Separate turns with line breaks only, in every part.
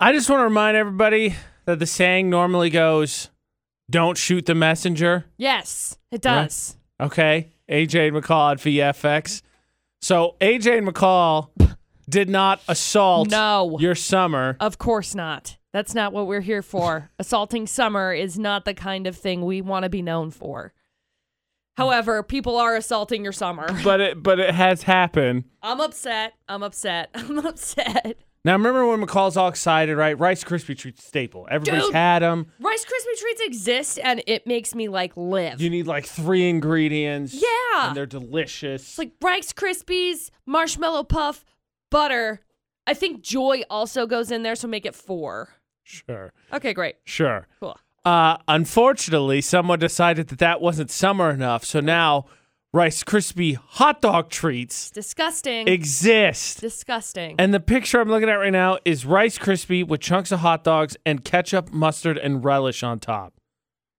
I just want to remind everybody that the saying normally goes, "Don't shoot the messenger."
Yes, it
Right.
does.
Okay, AJ and McCall at VFX. So AJ and McCall did not assault
No.
your summer.
Of course not. That's not what we're here for. Assaulting Summer is not the kind of thing we want to be known for. However, people are assaulting your summer.
but it but it has happened.
I'm upset. I'm upset. I'm upset.
Now remember when McCall's all excited, right? Rice Krispie treat staple. Everybody's
Dude.
had them.
Rice Krispie treats exist and it makes me like live.
You need like three ingredients.
Yeah.
and they're delicious.
It's like Rice Krispies, marshmallow puff, butter. I think joy also goes in there, so make it four.
sure,
Okay, great.
sure.
Cool.
Uh, unfortunately, someone decided that that wasn't summer enough, so now Rice Krispie hot dog treats
It's disgusting.
exist.
disgusting.
And the picture I'm looking at right now is Rice Krispie with chunks of hot dogs and ketchup, mustard, and relish on top.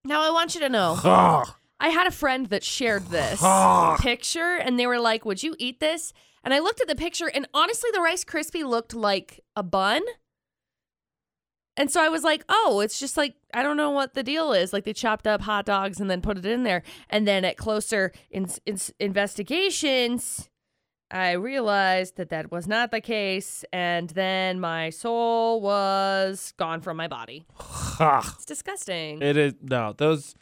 now I want you to know.
Ugh.
I had a friend that shared this picture and they were like, Would you eat this? And I looked at the picture and honestly, the Rice Krispie looked like a bun. And so I was like, Oh, it's just like, I don't know what the deal is. Like they chopped up hot dogs and then put it in there. And then at closer in- in- investigations, I realized that that was not the case. And then my soul was gone from my body.
Ugh.
It's disgusting
It is no those.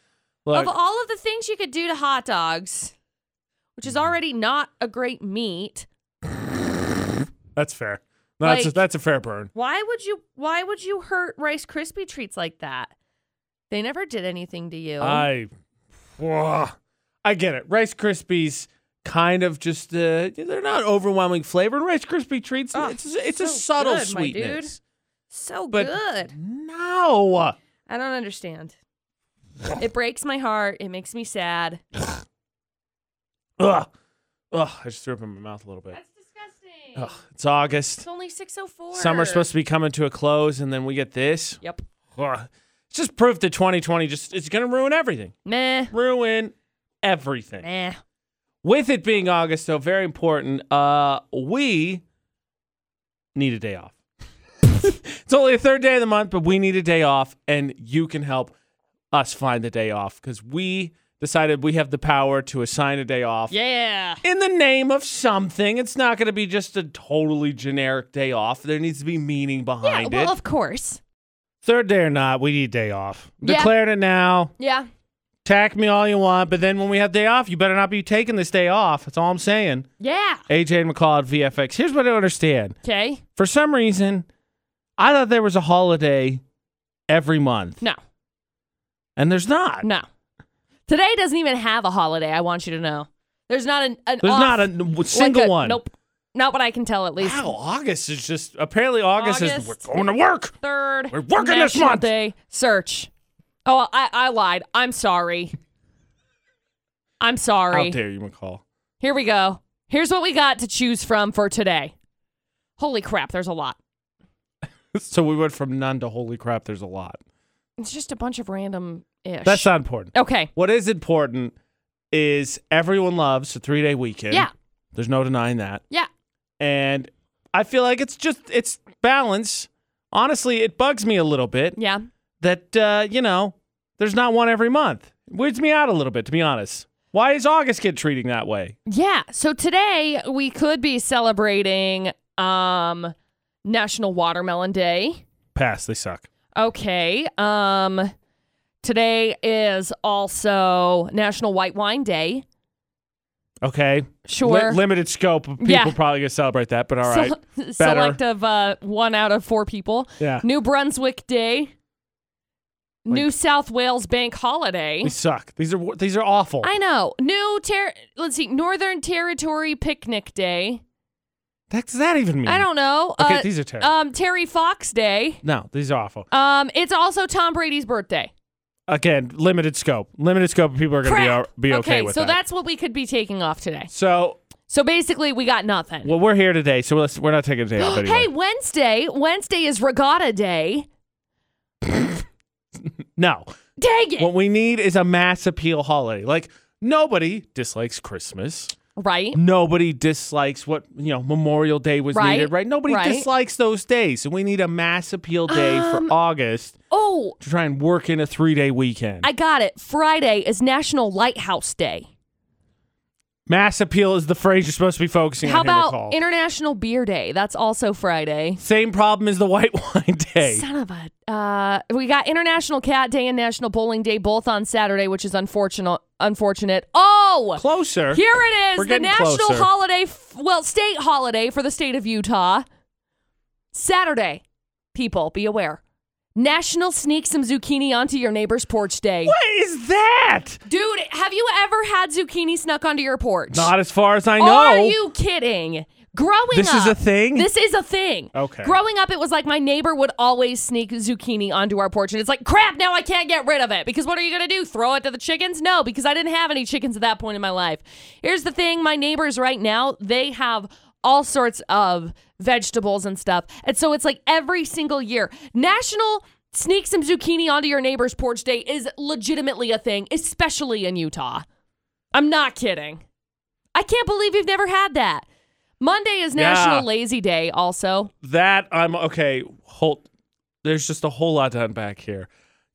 Look,
of all of the things you could do to hot dogs, which
Mm-hmm.
is already not a great meat,
that's fair. No, that's a,
like-
that's a fair burn.
why would you why would you hurt Rice Krispie treats like that? They never did anything to you.
I, Ugh. I get it. Rice Krispies kind of just uh, they're not overwhelming flavor. And Rice Krispie treats
Oh,
it's it's a
so
subtle
good, my dude.
sweetness.
so
but-
good.
No,
I don't understand. it breaks my heart. It makes me sad.
ugh, ugh. I just threw up in my mouth a little bit.
That's disgusting.
Ugh, it's August.
It's only 604.
Summer's supposed to be coming to a close, and then we get this.
Yep.
Ugh. It's just proof that 2020 just it's gonna ruin everything.
Meh.
Ruin everything.
Meh.
With it being August, though, very important, uh, we need a day off. it's only a third day of the month, but we need a day off, and you can help us find the day off because we decided we have the power to assign a day off
Yeah.
in the name of something. It's not going to be just a totally generic day off. There needs to be meaning
Yeah,
behind
well,
it.
of course.
Third day or not, we need day off.
Yeah.
Declared it now.
Yeah.
Tack me all you want, but then when we have day off, you better not be taking this day off. That's all I'm saying.
Yeah.
AJ and McCall at VFX. Here's what I don't understand.
Okay.
For some reason, I thought there was a holiday every month,
No.
and there's not.
No. Today doesn't even have a holiday, I want you to know. There's not an, an
There's
off-
not a n- w- single
like a-
one.
Nope. Not what I can tell at least.
Wow, August is just apparently August, is
August.
we're going to work.
Third
We're working this
National
month.
Day search. Oh, I, I lied. I'm sorry.
How
I'm sorry.
dare you, McCall?
Here we go. Here's what we got to choose from for today. Holy crap, there's a lot.
So we went from none to holy crap. There's a lot.
It's just a bunch of random ish.
That's not important.
Okay.
What is important is everyone loves a three day weekend.
Yeah.
There's no denying that.
Yeah.
And I feel like it's just it's balance. Honestly, it bugs me a little bit.
Yeah.
that uh, you know there's not one every month. Weirds me out a little bit, to be honest. Why is August get treating that way?
Yeah. So today we could be celebrating um National Watermelon Day.
Pass, they suck.
Okay. Um today is also National White Wine Day.
Okay, Li-
Sure.
limited scope of people
Yeah.
probably gonna celebrate that, but all right,
Sele-
Better.
selective uh, one out of four people.
yeah,
New Brunswick Day. New South Wales Bank Holiday.
they suck. These are these are awful.
I know. New ter- let's see, Northern Territory Picnic Day.
That's that even mean?
I don't know.
Okay,
uh,
these are terrible.
um Terry Fox Day.
no, these are awful.
Um, it's also Tom Brady's birthday.
Again, limited scope. Limited scope. of People are gonna
Crap.
be o- be okay, with
so
that.
that's what we could be taking off today.
so
So basically, we got nothing.
well, we're here today, so let's, we're not taking a day off anyway.
Hey, Wednesday. Wednesday is regatta day.
No,
Dang it.
what we need is a mass appeal holiday. Like nobody dislikes Christmas.
Right?
Nobody dislikes what you know Memorial Day was
Right,
needed, right? Nobody
right.
dislikes those days, so we need a mass appeal day
Um,
for August
Oh,
to try and work in a three day weekend.
I got it. Friday is National Lighthouse Day.
mass appeal is the phrase you're supposed to be focusing
How
on. here,
about
McCall.
International Beer Day? That's also Friday.
Same problem as the white wine day.
Son of a. Uh, we got International Cat Day and National Bowling Day both on Saturday, which is unfortunate. Unfortunate. Oh,
Closer.
here it is.
We're
the
getting
national
closer.
holiday, f- well, state holiday for the state of Utah. Saturday, people, be aware. National Sneak Some Zucchini Onto Your Neighbor's Porch Day.
What is that?
Dude, have you ever had zucchini snuck onto your porch?
Not as far as I know.
Are you kidding? Growing
This
up,
is a thing?
This is a thing.
Okay.
Growing up, it was like my neighbor would always sneak zucchini onto our porch, and it's like, crap. Now I can't get rid of it because what are you gonna do? Throw it to the chickens? No, because I didn't have any chickens at that point in my life. Here's the thing: my neighbors right now, they have all sorts of vegetables and stuff, and so it's like every single year, National. Sneak some zucchini onto your neighbor's porch day is legitimately a thing, especially in Utah. I'm not kidding. I can't believe you've never had that. Monday is
Yeah.
National Lazy Day, also.
that I'm okay. Hold. There's just a whole lot to unpack here.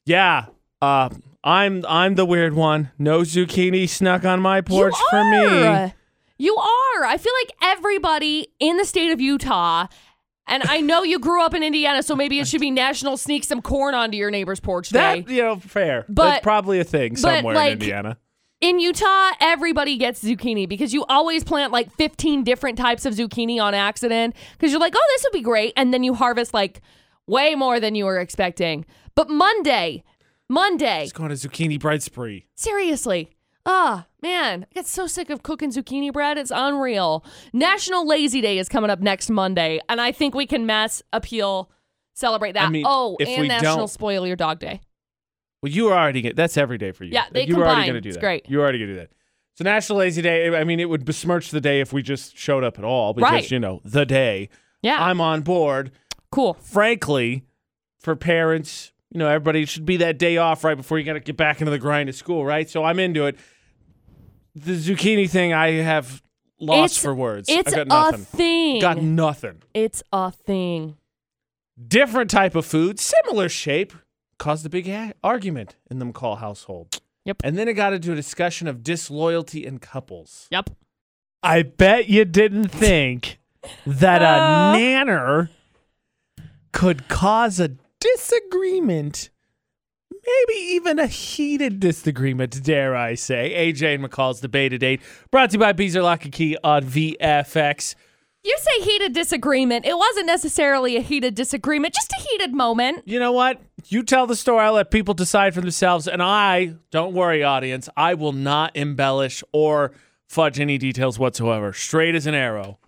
Yeah. Uh, I'm I'm the weird one. No zucchini snuck on my porch
you
for me.
are. You are. I feel like everybody in the state of Utah, and I know you grew up in Indiana, so maybe it should be National Sneak Some Corn Onto Your Neighbor's Porch Day.
That you know, fair.
But-
That's probably a thing somewhere
like,
in Indiana.
in Utah, everybody gets zucchini because you always plant like 15 different types of zucchini on accident because you're like, oh, this would be great. And then you harvest like way more than you were expecting. But Monday, Monday,
It's going to zucchini bread spree.
Seriously. Ah, man, I get so sick of cooking zucchini bread. It's unreal. National Lazy Day is coming up next Monday, and I think we can mass appeal celebrate that.
I mean,
oh,
if
and
we
National
don't-
Spoil Your Dog Day.
Well, you were already get that's every day for you.
Yeah, they
you were already
combine.
gonna do
It's
that.
great.
You were already gonna do that. So National Lazy Day. I mean, it would besmirch the day if we just showed up at all because
Right.
you know the day.
Yeah,
I'm on board.
cool.
frankly, for parents, you know, everybody should be that day off right before you got to get back into the grind of school, right? So I'm into it. The zucchini thing, I have lost
It's-
for words.
It's
I
a
got nothing.
thing.
Got nothing.
it's a thing.
Different type of food, similar shape, caused a big ha- argument in the McCall household.
Yep.
And then it got into a discussion of disloyalty in couples.
Yep.
I bet you didn't think that
Uh.
a nanner could cause a disagreement, maybe even a heated disagreement, dare I say. AJ and McCall's debate at eight, brought to you by Beezer Lock and Key on VFX.
You say heated disagreement. It wasn't necessarily a heated disagreement, just a heated moment.
You know what? You tell the story. I'll let people decide for themselves. And I, don't worry, audience, I will not embellish or fudge any details whatsoever. Straight as an arrow.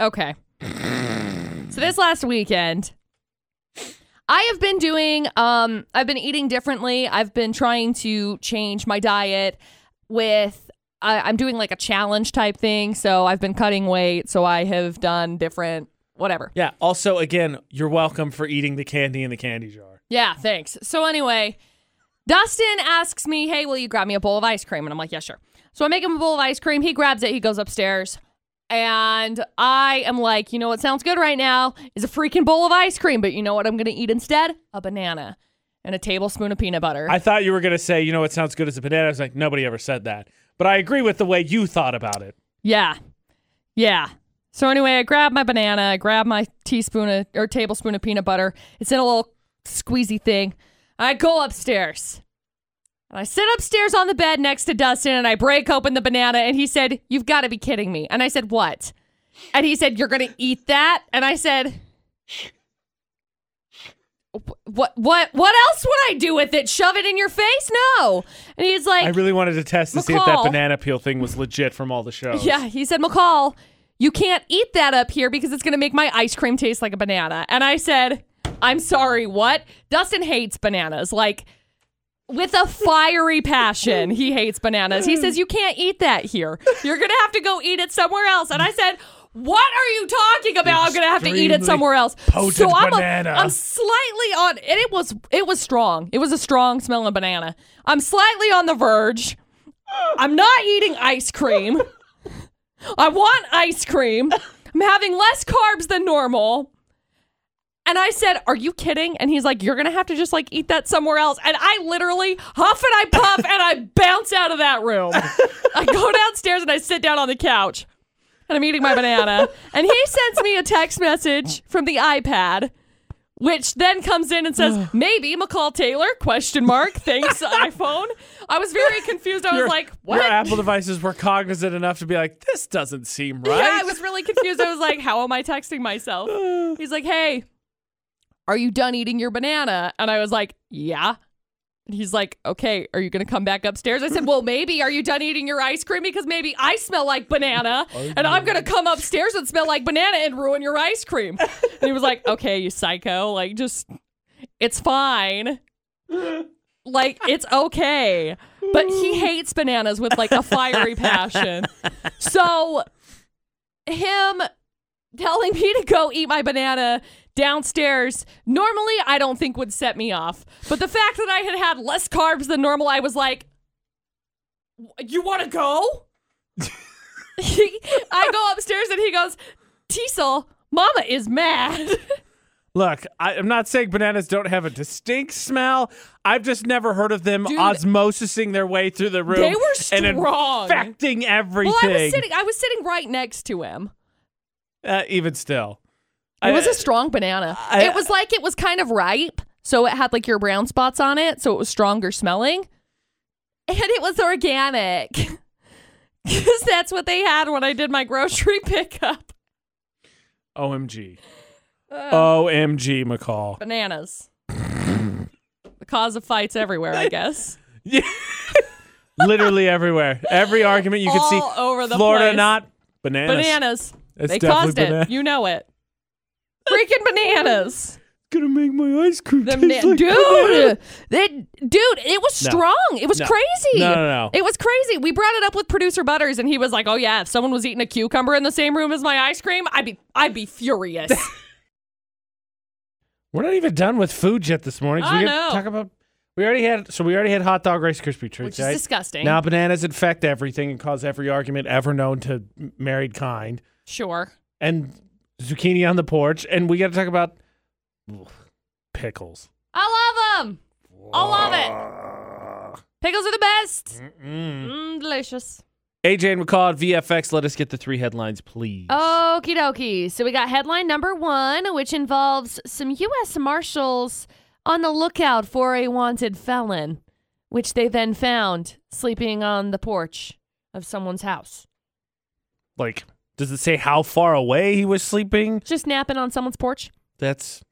Okay. so this last weekend, I have been doing um I've been eating differently. I've been trying to change my diet with I, I'm doing like a challenge type thing. So I've been cutting weight. So I have done different whatever.
Yeah. Also, again, you're welcome for eating the candy in the candy jar.
Yeah, thanks. So anyway, Dustin asks me, "Hey, will you grab me a bowl of ice cream?" And I'm like, "Yeah, sure." So I make him a bowl of ice cream. He grabs it. He goes upstairs, and I am like, "You know what sounds good right now is a freaking bowl of ice cream." But you know what I'm gonna eat instead? A banana and a tablespoon of peanut butter.
I thought you were going to say, you know, it sounds good as a banana. I was like, nobody ever said that. But I agree with the way you thought about it.
yeah, yeah. So anyway, I grab my banana. I grab my teaspoon of, or tablespoon of peanut butter. It's in a little squeezy thing. I go upstairs. And I sit upstairs on the bed next to Dustin and I break open the banana and he said, You've got to be kidding me. And I said, What? And he said, You're going to eat that? And I said, what what what else would I do with it? Shove it in your face? No. And he's like,
I really wanted to test to see if that
McCall.
banana peel thing was legit from all the shows.
Yeah, he said, McCall, you can't eat that up here because it's going to make my ice cream taste like a banana. And I said, I'm sorry, what? Dustin hates bananas. Like, with a fiery passion, he hates bananas. He says, You can't eat that here. You're going to have to go eat it somewhere else. And I said, what are you talking about? I'm gonna have to eat it
Extremely
somewhere else.
potent
so I'm, a-
banana.
I'm slightly on, and it was it was strong. It was a strong smelling banana. I'm slightly on the verge I'm not eating ice cream. I want ice cream. I'm having less carbs than normal. And I said, Are you kidding? And he's like, You're going to have to just like eat that somewhere else. And I literally huff and I puff and I bounce out of that room. I go downstairs and I sit down on the couch and I'm eating my banana. And he sends me a text message from the iPad which then comes in and says, "Maybe McCall Taylor?" Question mark. Thanks iPhone. I was very confused. I was
Your-
like, "What?"
Your Apple devices were cognizant enough to be like, this doesn't seem right.
Yeah, I was really confused. I was like, "How am I texting myself?" He's like, "Hey, are you done eating your banana?" And I was like, "Yeah." And he's like, "Okay, are you going to come back upstairs?" I said, "Well, maybe. Are you done eating your ice cream because maybe I smell like banana and I'm going to come upstairs and smell like banana and ruin your ice cream." And he was like, "Okay, you psycho. Like just it's fine." Like it's okay. But he hates bananas with like a fiery passion. So him telling me to go eat my banana downstairs normally I don't think would set me off. But the fact that I had had less carbs than normal, I was like, "W- "You want to go?" He- I go upstairs and he goes, "Teasel, Mama is mad."
Look, I, I'm not saying bananas don't have a distinct smell. I've just never heard of them
Dude,
osmosising their way through the room.
they were
and
strong.
infecting everything.
well, I was sitting. I was sitting right next to him.
uh, even still,
It was a strong banana.
I-
it was like it was kind of ripe, so it had like your brown spots on it, so it was stronger smelling. And it was organic. Cuz that's what they had when I did my grocery pickup.
OMG. OMG, McCall.
Bananas. the cause of fights everywhere, I guess.
Literally everywhere. Every argument you could see.
All over the
Florida
place.
not bananas.
Bananas.
It's
they
definitely
caused it.
banana-
You know it. Freaking bananas.
Gonna make my ice cream
The
taste
na-
like banana.
dude, that dude, it was
No.
strong. It was
No.
crazy.
No, no, no.
It was crazy. We brought it up with producer Butters, and he was like, "Oh yeah, if someone was eating a cucumber in the same room as my ice cream, I'd be, I'd be furious."
We're not even done with food yet this morning. 'cause
I
we
know.
Talk about. We already had. So we already had hot dog Rice Krispie
Which
treats.
is
right?
disgusting.
Now bananas infect everything and cause every argument ever known to m- married kind.
Sure.
And zucchini on the porch. And we got to talk about ugh, pickles.
I love them. I love it. Pickles are the best.
Mm-mm.
Mm, delicious.
AJ and McCall at VFX. Let us get the three headlines, please.
Okie dokie. So we got headline number one, which involves some U.S. Marshals on the lookout for a wanted felon, which they then found sleeping on the porch of someone's house.
Like, does it say how far away he was sleeping?
Just napping on someone's porch.
That's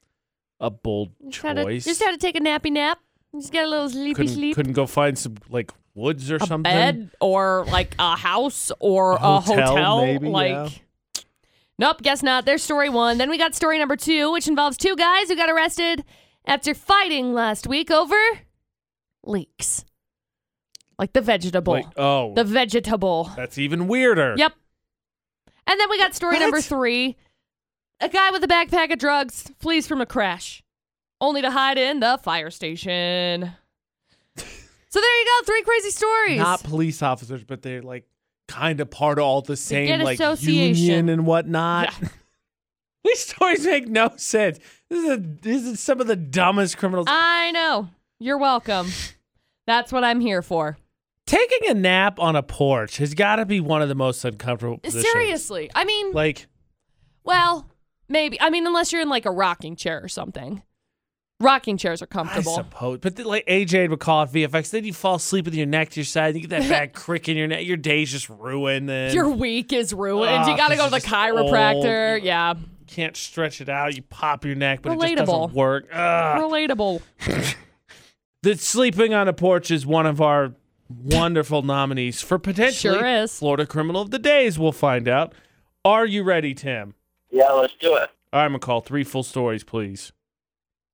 a bold
Just had, to,
choice.
just had to take a nappy nap. Just got a little sleepy
couldn't,
sleep.
couldn't go find some like woods or
A
something.
bed or like a house or a,
hotel,
hotel.
maybe,
like,
yeah.
Nope, guess not. There's story one. Then we got story number two, which involves two guys who got arrested after fighting last week over leeks. Like the vegetable.
Like, oh,
the vegetable.
that's even weirder.
Yep. And then we got story number
What?
three a guy with a backpack of drugs flees from a crash, only to hide in the fire station. so there you go. Three crazy stories.
Not police officers, but they're like kind of part of all the same
get
like
association.
union and whatnot. These stories make no sense. This is, a, this is some of the dumbest criminals.
I know. You're welcome. That's what I'm here for.
Taking a nap on a porch has got to be one of the most uncomfortable positions.
Seriously. I mean,
Like,
well, maybe. I mean, unless you're in like a rocking chair or something. Rocking chairs are
I
Comfortable.
comfortable.
suppose. But then, like AJ would call it VFX. Then you fall asleep with your neck to your side. You get that bad crick in your neck. Your day's just ruined. Then
Your week is ruined.
Ah,
you got to
'cause
go
you're
to the
just old.
chiropractor. Yeah.
can't stretch it out. You pop your neck, but it just
Relatable.
doesn't work. Ugh.
Relatable.
that sleeping on a porch is one of our wonderful nominees for potentially
Sure is.
Florida Criminal of the Days. We'll find out. Are you ready, Tim?
Yeah, let's do it.
All right, McCall, three full stories, please.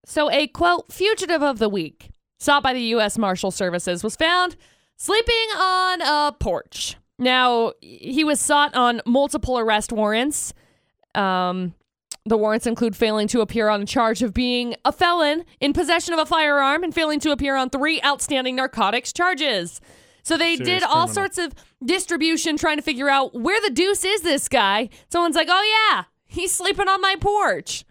So, a quote, fugitive of the week, sought by the U.S. Marshal Services, was found sleeping on a porch. Now, he was sought on multiple arrest warrants. Um, the warrants include failing to appear on a charge of being a felon in possession of a firearm and failing to appear on three outstanding narcotics charges.
So they
Serious
did all
criminal.
sorts of distribution trying to figure out where the deuce is this guy. Someone's like, "Oh yeah, he's sleeping on my porch."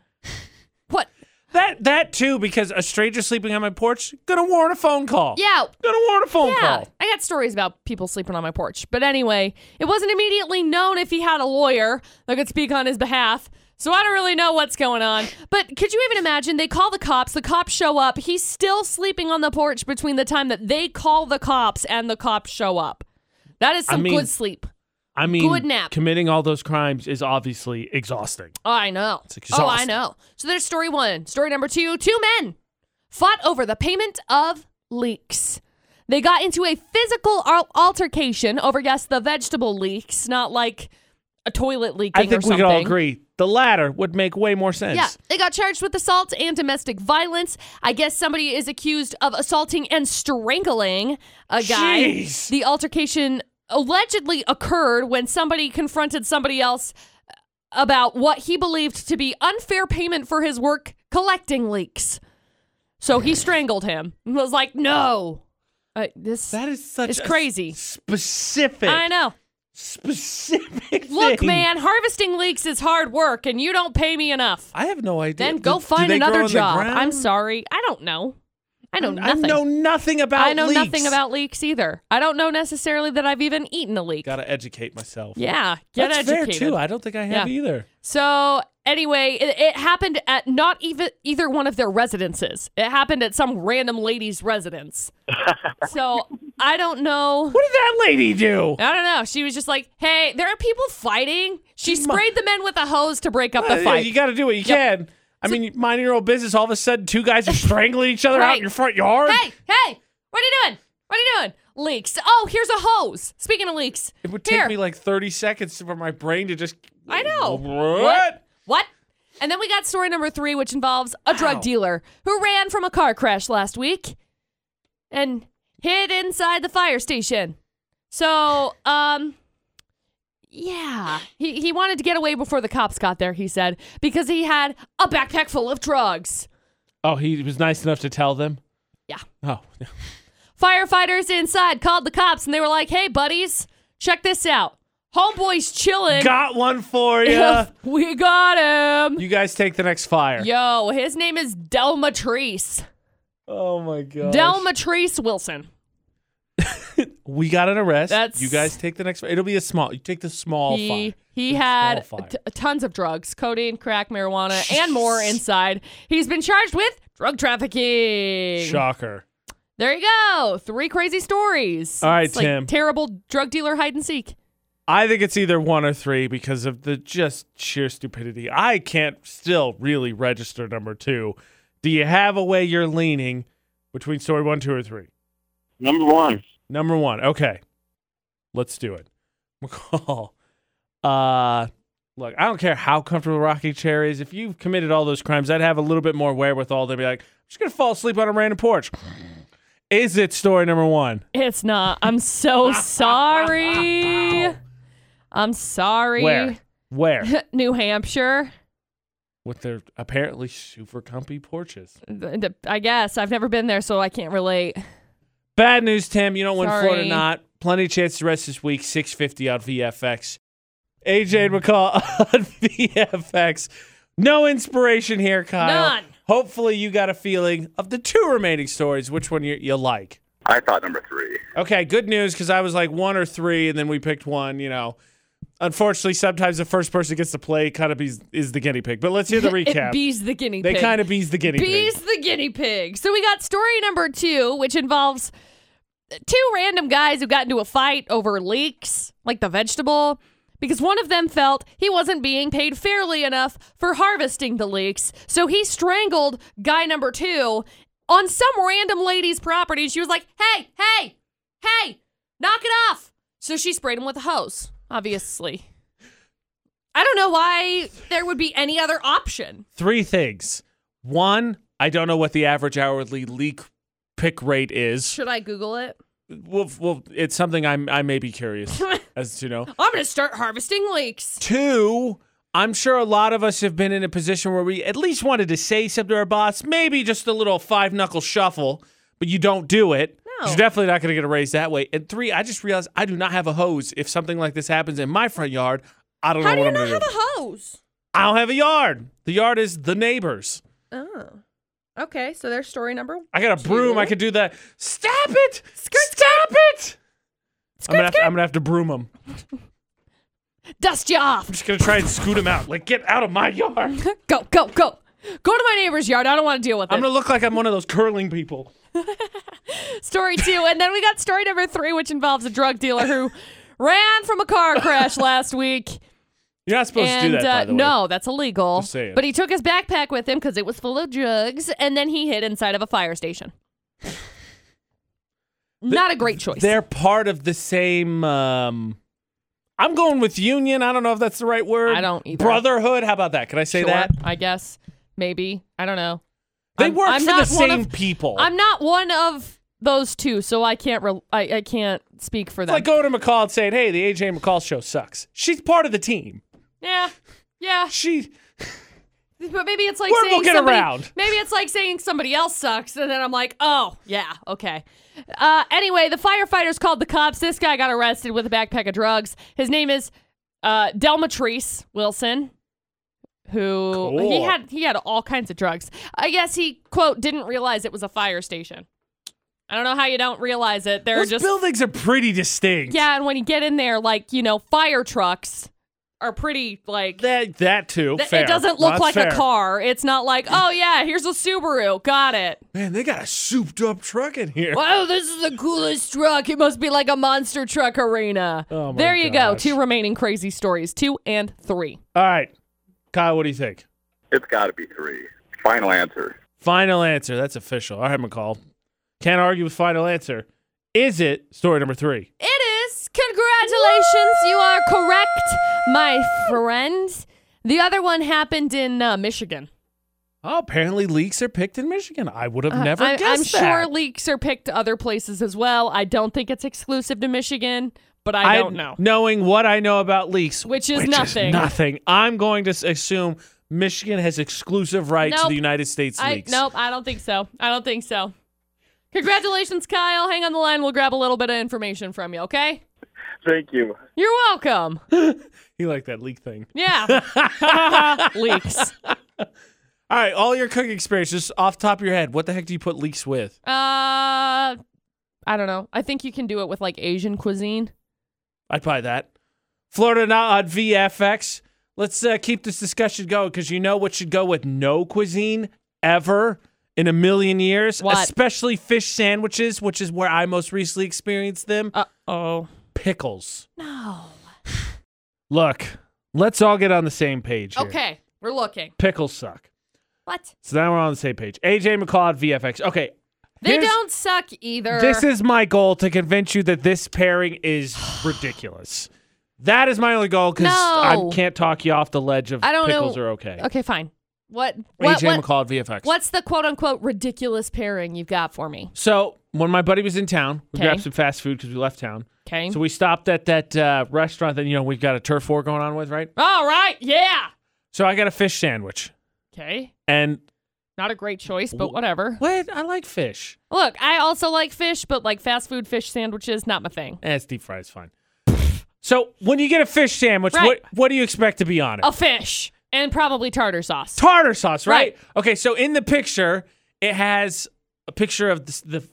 what?
That that too, because a stranger sleeping on my porch gonna warrant a phone call.
Yeah.
gonna warrant a phone
Yeah,
call.
I got stories about people sleeping on my porch. But anyway, it wasn't immediately known if he had a lawyer that could speak on his behalf. So I don't really know what's going on. But could you even imagine? They call the cops, the cops show up. He's still sleeping on the porch between the time that they call the cops and the cops show up. That is
I
some
mean-
good sleep.
I mean,
Good nap.
committing all those crimes is obviously exhausting.
Oh, I know. Oh, I
exhausting.
know. So there's story one. Story number two two men fought over the payment of leeks. They got into a physical al- altercation over, yes, the vegetable leeks, not like a toilet leaking
I think
or
we
something.
could all agree the latter would make way more sense.
Yeah, they got charged with assault and domestic violence. I guess somebody is accused of assaulting and strangling a guy.
Jeez.
The altercation allegedly occurred when somebody confronted somebody else about what he believed to be unfair payment for his work collecting leaks. So he strangled him and was like, "No, I, this
That is such
It's
a
crazy.
specific
I know."
specific
Look,
thing.
man, harvesting leaks is hard work, and you don't pay me enough.
I have no idea.
Then
Do-
go
do
find
they grow
another
on the
job.
ground?
I'm sorry. I don't know. I know
I
nothing.
know nothing about
I know
leeks.
nothing about leaks either. I don't know necessarily that I've even eaten a leak.
Gotta educate myself.
Yeah, get
That's
educated.
fair too. I don't think I have
Yeah.
either.
So anyway, it, it happened at not even either one of their residences. It happened at some random lady's residence. so I don't know.
What did that lady do?
I don't know. She was just like, "Hey, there are people fighting." She
She mu-
sprayed the men with a hose to break up
Uh,
the
yeah,
fight.
you got to do what you can. I mean, mind your own business. All of a sudden, two guys are strangling each other out
Right.
in your front yard.
Hey, hey, what are you doing? What are you doing? Leaks. Oh, here's a hose. Speaking of leaks,
It would take
Here.
me like 30 seconds for my brain to just.
I know.
What?
What? And then we got story number three, which involves a drug
Wow.
dealer who ran from a car crash last week and hid inside the fire station. So, um, yeah, he, he wanted to get away before the cops got there, he said, because he had a backpack full of drugs.
Oh, he was nice enough to tell them.
Yeah.
Oh,
Firefighters inside called the cops and they were like, hey, buddies, check this out. Homeboy's chilling.
got one for you.
we got him.
you guys take the next fire.
Yo, his name is Del Matrice.
Oh my god.
Del Matrice Wilson.
we got an arrest.
That's-
You guys take the next. It'll be a small. You take the small
He,
fire.
he
It's
had
all fire.
t- tons of drugs codeine, crack, marijuana, and more inside. He's been charged with drug trafficking.
Shocker.
There you go. Three crazy stories.
All right,
It's like
Tim.
terrible drug dealer hide and seek.
I think it's either one or three because of the just sheer stupidity. I can't still really register number two. Do you have a way you're leaning between story one, two, or three?
Number one.
Number one. Okay. Let's do it. McCall. Uh look, I don't care how comfortable Rocky Chair is. If you've committed all those crimes, I'd have a little bit more wherewithal to be like, I'm just gonna fall asleep on a random porch. Is it story number one?
It's not. I'm so sorry. I'm sorry.
Where? Where?
New Hampshire.
With their apparently super comfy porches.
I guess. I've never been there, so I can't relate.
Bad news, Tim. You don't win
Sorry.
Florida not. Plenty of chance to rest this week. 650 on VFX. AJ and McCall on VFX. No inspiration here, Kyle.
None.
Hopefully, you got a feeling of the two remaining stories. Which one you, you like?
I thought number three.
Okay, good news because I was like one or three, and then we picked one. You know, unfortunately, sometimes the first person gets to play kind of is, is the guinea pig. But let's hear the recap.
It bees the guinea
they
pig.
kind of bees the guinea
Bees
pig.
the guinea pig. So we got story number two, which involves two random guys who got into a fight over leeks, like the vegetable, because one of them felt he wasn't being paid fairly enough for harvesting the leeks. So he strangled guy number two on some random lady's property. She was like, hey, hey, hey, knock it off. So she sprayed him with a hose, obviously. I don't know why there would be any other option.
three things. One, I don't know what the average hourly leak pick rate is.
Should I Google it?
Well, well it's something I'm, I may be curious as to know.
I'm gonna start harvesting leeks.
Two, I'm sure a lot of us have been in a position where we at least wanted to say something to our boss, maybe just a little five knuckle shuffle, but you don't do it.
Wow.
You're definitely not going to get a raise that way. And three, I just realized I do not have a hose. If something like this happens in my front yard, I don't
How
know
do
what
you
I'm
not
going to
have
do.
a hose?
I I don't have a yard. The yard is the neighbors.
Oh. Okay, so there's story number
I got a broom.
Cute.
I could do that. Stop it! Stop it! I'm gonna, have to, I'm gonna have to broom him.
Dust you off.
I'm just gonna try and scoot him out. Like, get out of my yard. I'm
Go, go, go. Go to my neighbor's yard. I don't want to deal with it.
gonna look like I'm one of those curling people.
story two. And then we got story number three, which involves a drug dealer who ran from a car crash last week.
You're not supposed to do
and
that, by
uh,
the way.
no, that's illegal.
Just saying.
But he took his backpack with him because it was full of drugs, and then he hid inside of a fire station. Not a great choice.
They're part of the same. Um, I'm going with union. I don't know if that's the right word.
I don't either.
Brotherhood. How about that? Can I say
Sure,
that?
I guess maybe I don't know.
They
I'm-
work
I'm
for the
not one
same
of-
people.
I'm not one of those two, so I can't. Re- I, I can't speak for
it's
them.
like going to McCall and saying, "Hey, the AJ McCall show sucks." She's part of the team.
yeah, yeah.
She.
But maybe it's like
Word will
saying
get
somebody,
around.
Maybe it's like saying somebody else sucks, and then I'm like, oh yeah, okay. Uh, anyway, the firefighters called the cops. This guy got arrested with a backpack of drugs. His name is uh, Delmatrice Wilson, who he
Cool.
had he had all kinds of drugs. I guess he quote didn't realize it was a fire station. I don't know how you don't realize it. They're
Those
just
buildings are pretty distinct.
yeah, and when you get in there, like you know, fire trucks are pretty like
That that too.
Th-
fair.
It doesn't look
That's
like
fair.
a car. It's not like, oh yeah, here's a Subaru. Got it.
Man, they got a souped up truck in here.
Wow, this is the coolest truck. It must be like a monster truck arena.
Oh, my
there you go.
gosh.
Two remaining crazy stories. Two and three.
All right, Kyle, what do you think?
It's got to be three. Final answer.
Final answer. That's official. All right, McCall. Can't argue with final answer. Is it story number three?
It is. Congratulations. You are correct, my friend. The other one happened in uh, Michigan.
Oh, apparently leaks are picked in Michigan. I would have
Uh,
never
I,
guessed
am
that.
sure leaks are picked to other places as well. I don't think it's exclusive to Michigan, but
I-
I, don't know.
Knowing what I know about leaks,
Which is nothing.
nothing. I'm going to s- assume Michigan has exclusive right to
Nope.
the United States
I,
leaks.
nope, I don't think so. I don't think so. Congratulations, Kyle. Hang on the line. We'll grab a little bit of information from you, okay?
Thank you.
You're welcome.
You like that leak thing?
Yeah. leaks.
All right, all your cooking experience, just off the top of your head, what the heck do you put leaks with?
Uh I don't know. I think you can do it with like Asian cuisine.
I'd buy that. Florida not on VFX. Let's uh, keep this discussion going because you know what should go with no cuisine ever in a million years,
What?
especially fish sandwiches, which is where I most recently experienced them.
Uh oh.
Pickles.
No.
Look, let's all get on the same page. Here.
Okay, we're looking.
Pickles suck.
What?
So now we're on the same page. AJ McCall at VFX. Okay.
They
here's-
don't suck either.
This is my goal to convince you that this pairing is ridiculous. That is my only goal because
No.
I can't talk you off the ledge of
I don't
pickles
know-
are okay.
Okay, fine. What what,
AJ
what
McCall at VFX.
what's the quote unquote ridiculous pairing you've got for me?
So when my buddy was in town, we grabbed
Okay.
some fast food because we left town.
Okay.
So we stopped at that uh, restaurant that you know we've got a turf war going on with, right?
All right. Yeah.
So I got a fish sandwich,
Okay.
and
Not a great choice, but
Wh-
whatever.
what I like fish.
Look, I also like fish, but like fast food fish sandwiches, not my thing.
Eh, it's deep fried, it's fine. so when you get a fish sandwich,
Right.
what what do you expect to be on it?
A fish and probably tartar sauce.
tartar sauce, right?
Right.
Okay, so in the picture, it has a picture of the, the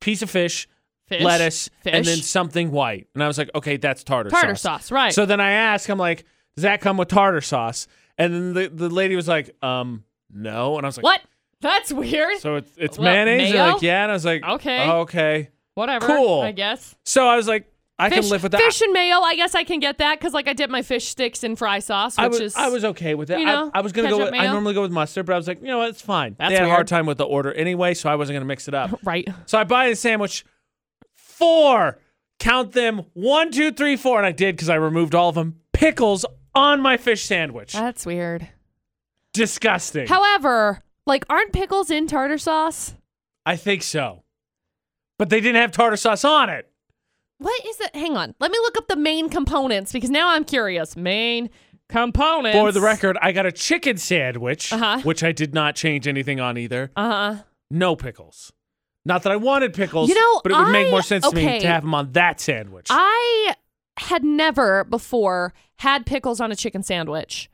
piece of fish,
Fish,
lettuce,
fish,
and then something white. And I was like, okay, that's tartar,
tartar
sauce.
sauce. Right.
So then I asked, I'm like, does that come with tartar sauce? And then the, the lady was like, um, no. And I was like,
what? That's weird.
So it's, it's
Well,
mayonnaise? They're
mayo?
like, yeah. And I was like,
Okay.
Okay.
whatever.
cool.
I guess.
So I was like, I
Fish,
can live with that.
fish and mayo. I guess I can get that because like I dip my fish sticks in fry sauce, which
I was,
is
I was okay with it.
you
I-
know,
I, was gonna go.
ketchup,
With, I
mayo.
normally go with mustard, but I was like, you know what, it's fine.
That's
they had a
weird.
hard time with the order anyway, so I wasn't gonna mix it up.
right.
So I buy the sandwich. Four. Count them. One, two, three, four. And I did because I removed all of them. Pickles on my fish sandwich.
That's weird.
Disgusting.
However, like aren't pickles in tartar sauce?
I think so. But they didn't have tartar sauce on it.
What is it? Hang on. Let me look up the main components because now I'm curious. Main components.
For the record, I got a chicken sandwich,
Uh-huh.
which I did not change anything on either.
Uh huh.
No pickles. Not that I wanted pickles,
You know,
but it would make
I-
more sense to me
okay.
to have them on that sandwich.
I had never before had pickles on a chicken sandwich,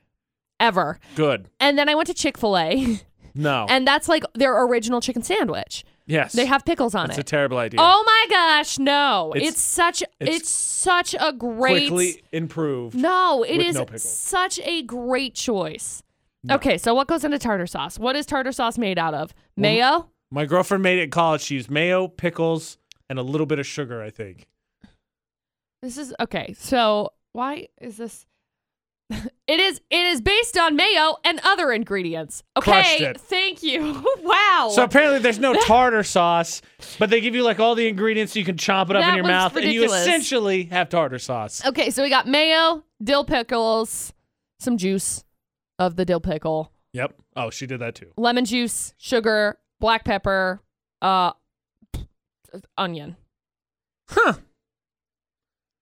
ever.
Good.
And then I went to Chick Fil A,
No.
and that's like their original chicken sandwich.
yes.
They have pickles on
That's
it.
a terrible idea.
Oh my gosh, no! It's,
It's-
such
it's
it's, such a great
Quickly improve.
no. It
with
is
no pickles.
such a great choice. Okay, so what goes into tartar sauce? What is tartar sauce made out of? Mayo.
My girlfriend made it in college. She used mayo, pickles, and a little bit of sugar, I think.
This is okay. So why is this? it is. It is based on mayo and other ingredients.
Crushed
Okay.
it.
Thank you. wow.
So apparently there's no tartar sauce, but they give you like all the ingredients so you can chomp it up in
That
your
was
mouth and you
ridiculous. Oh.
essentially have tartar sauce.
okay. So we got mayo, dill pickles, some juice of the dill pickle,
Yep. Oh, she did that too.
lemon juice, sugar, black pepper, uh, onion.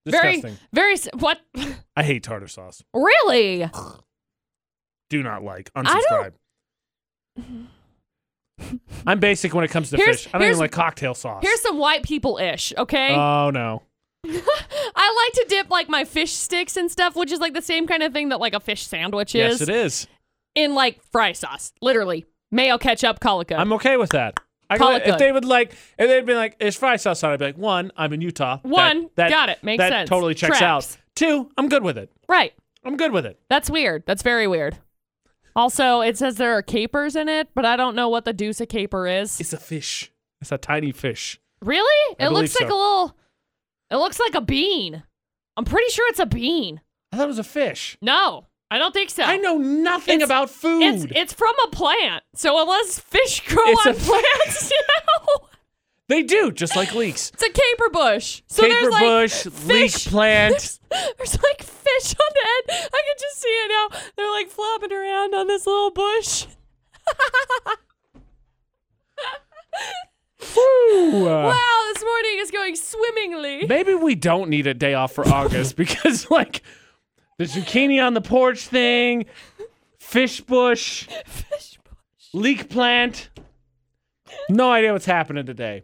Disgusting.
Very. Very. s- What?
I hate tartar sauce.
really?
Do not like.
don't-
Unsubscribe. I'm basic when it comes to
Here's-
fish. I don't even
here's-
like cocktail sauce.
Here's some white people ish. Okay.
oh no.
I like to dip like my fish sticks and stuff, which is like the same kind of thing that like a fish sandwich is,
Yes, it is.
in like fry sauce, literally mayo, ketchup, call it good.
I'm okay with that. I
Call
could-
it
if
good.
they would like, if they'd been like, "Is fry sauce on?" I'd be like, "One, I'm in Utah. That-
One,
that,
got it. Makes
that
sense.
Totally checks out.
Tracks.
Two, I'm good with it.
right.
I'm good with it.
That's weird. That's very weird. Also, it says there are capers in it, but I don't know what the deuce a caper is.
It's a fish. It's a tiny fish.
really?
I
it
believe
looks like
so.
a little. It looks like a bean. I'm pretty sure it's a bean.
I thought it was a fish.
No, I don't think so.
I know nothing
It's-
about food.
It's it's from a plant. So unless fish grow
It's a
on plants, you know.
they do just like leeks.
It's a caper bush. So
Caper
there's like
bush, leek
fish.
plant.
There's, there's like fish on the end. I can just see it now. They're like flopping around on this little bush.
Ooh, uh,
Wow, this morning is going swimmingly.
Maybe we don't need a day off for August because, like, the zucchini on the porch thing, fish bush, leek plant. No idea what's happening today.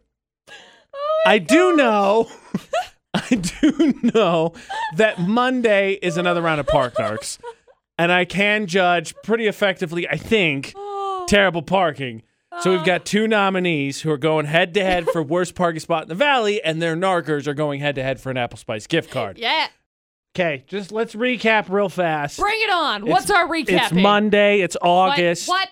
I do know. I do know that Monday is another round of park narcs, and I can judge pretty effectively. I think
Oh,
terrible parking. So we've got two nominees who are going head to head for worst parking spot in the valley, and their narkers are going head to head for an apple spice gift card.
Yeah,
Okay, just let's recap real fast.
bring it on.
It's-
What's our recap?
It's Monday. It's August.
What?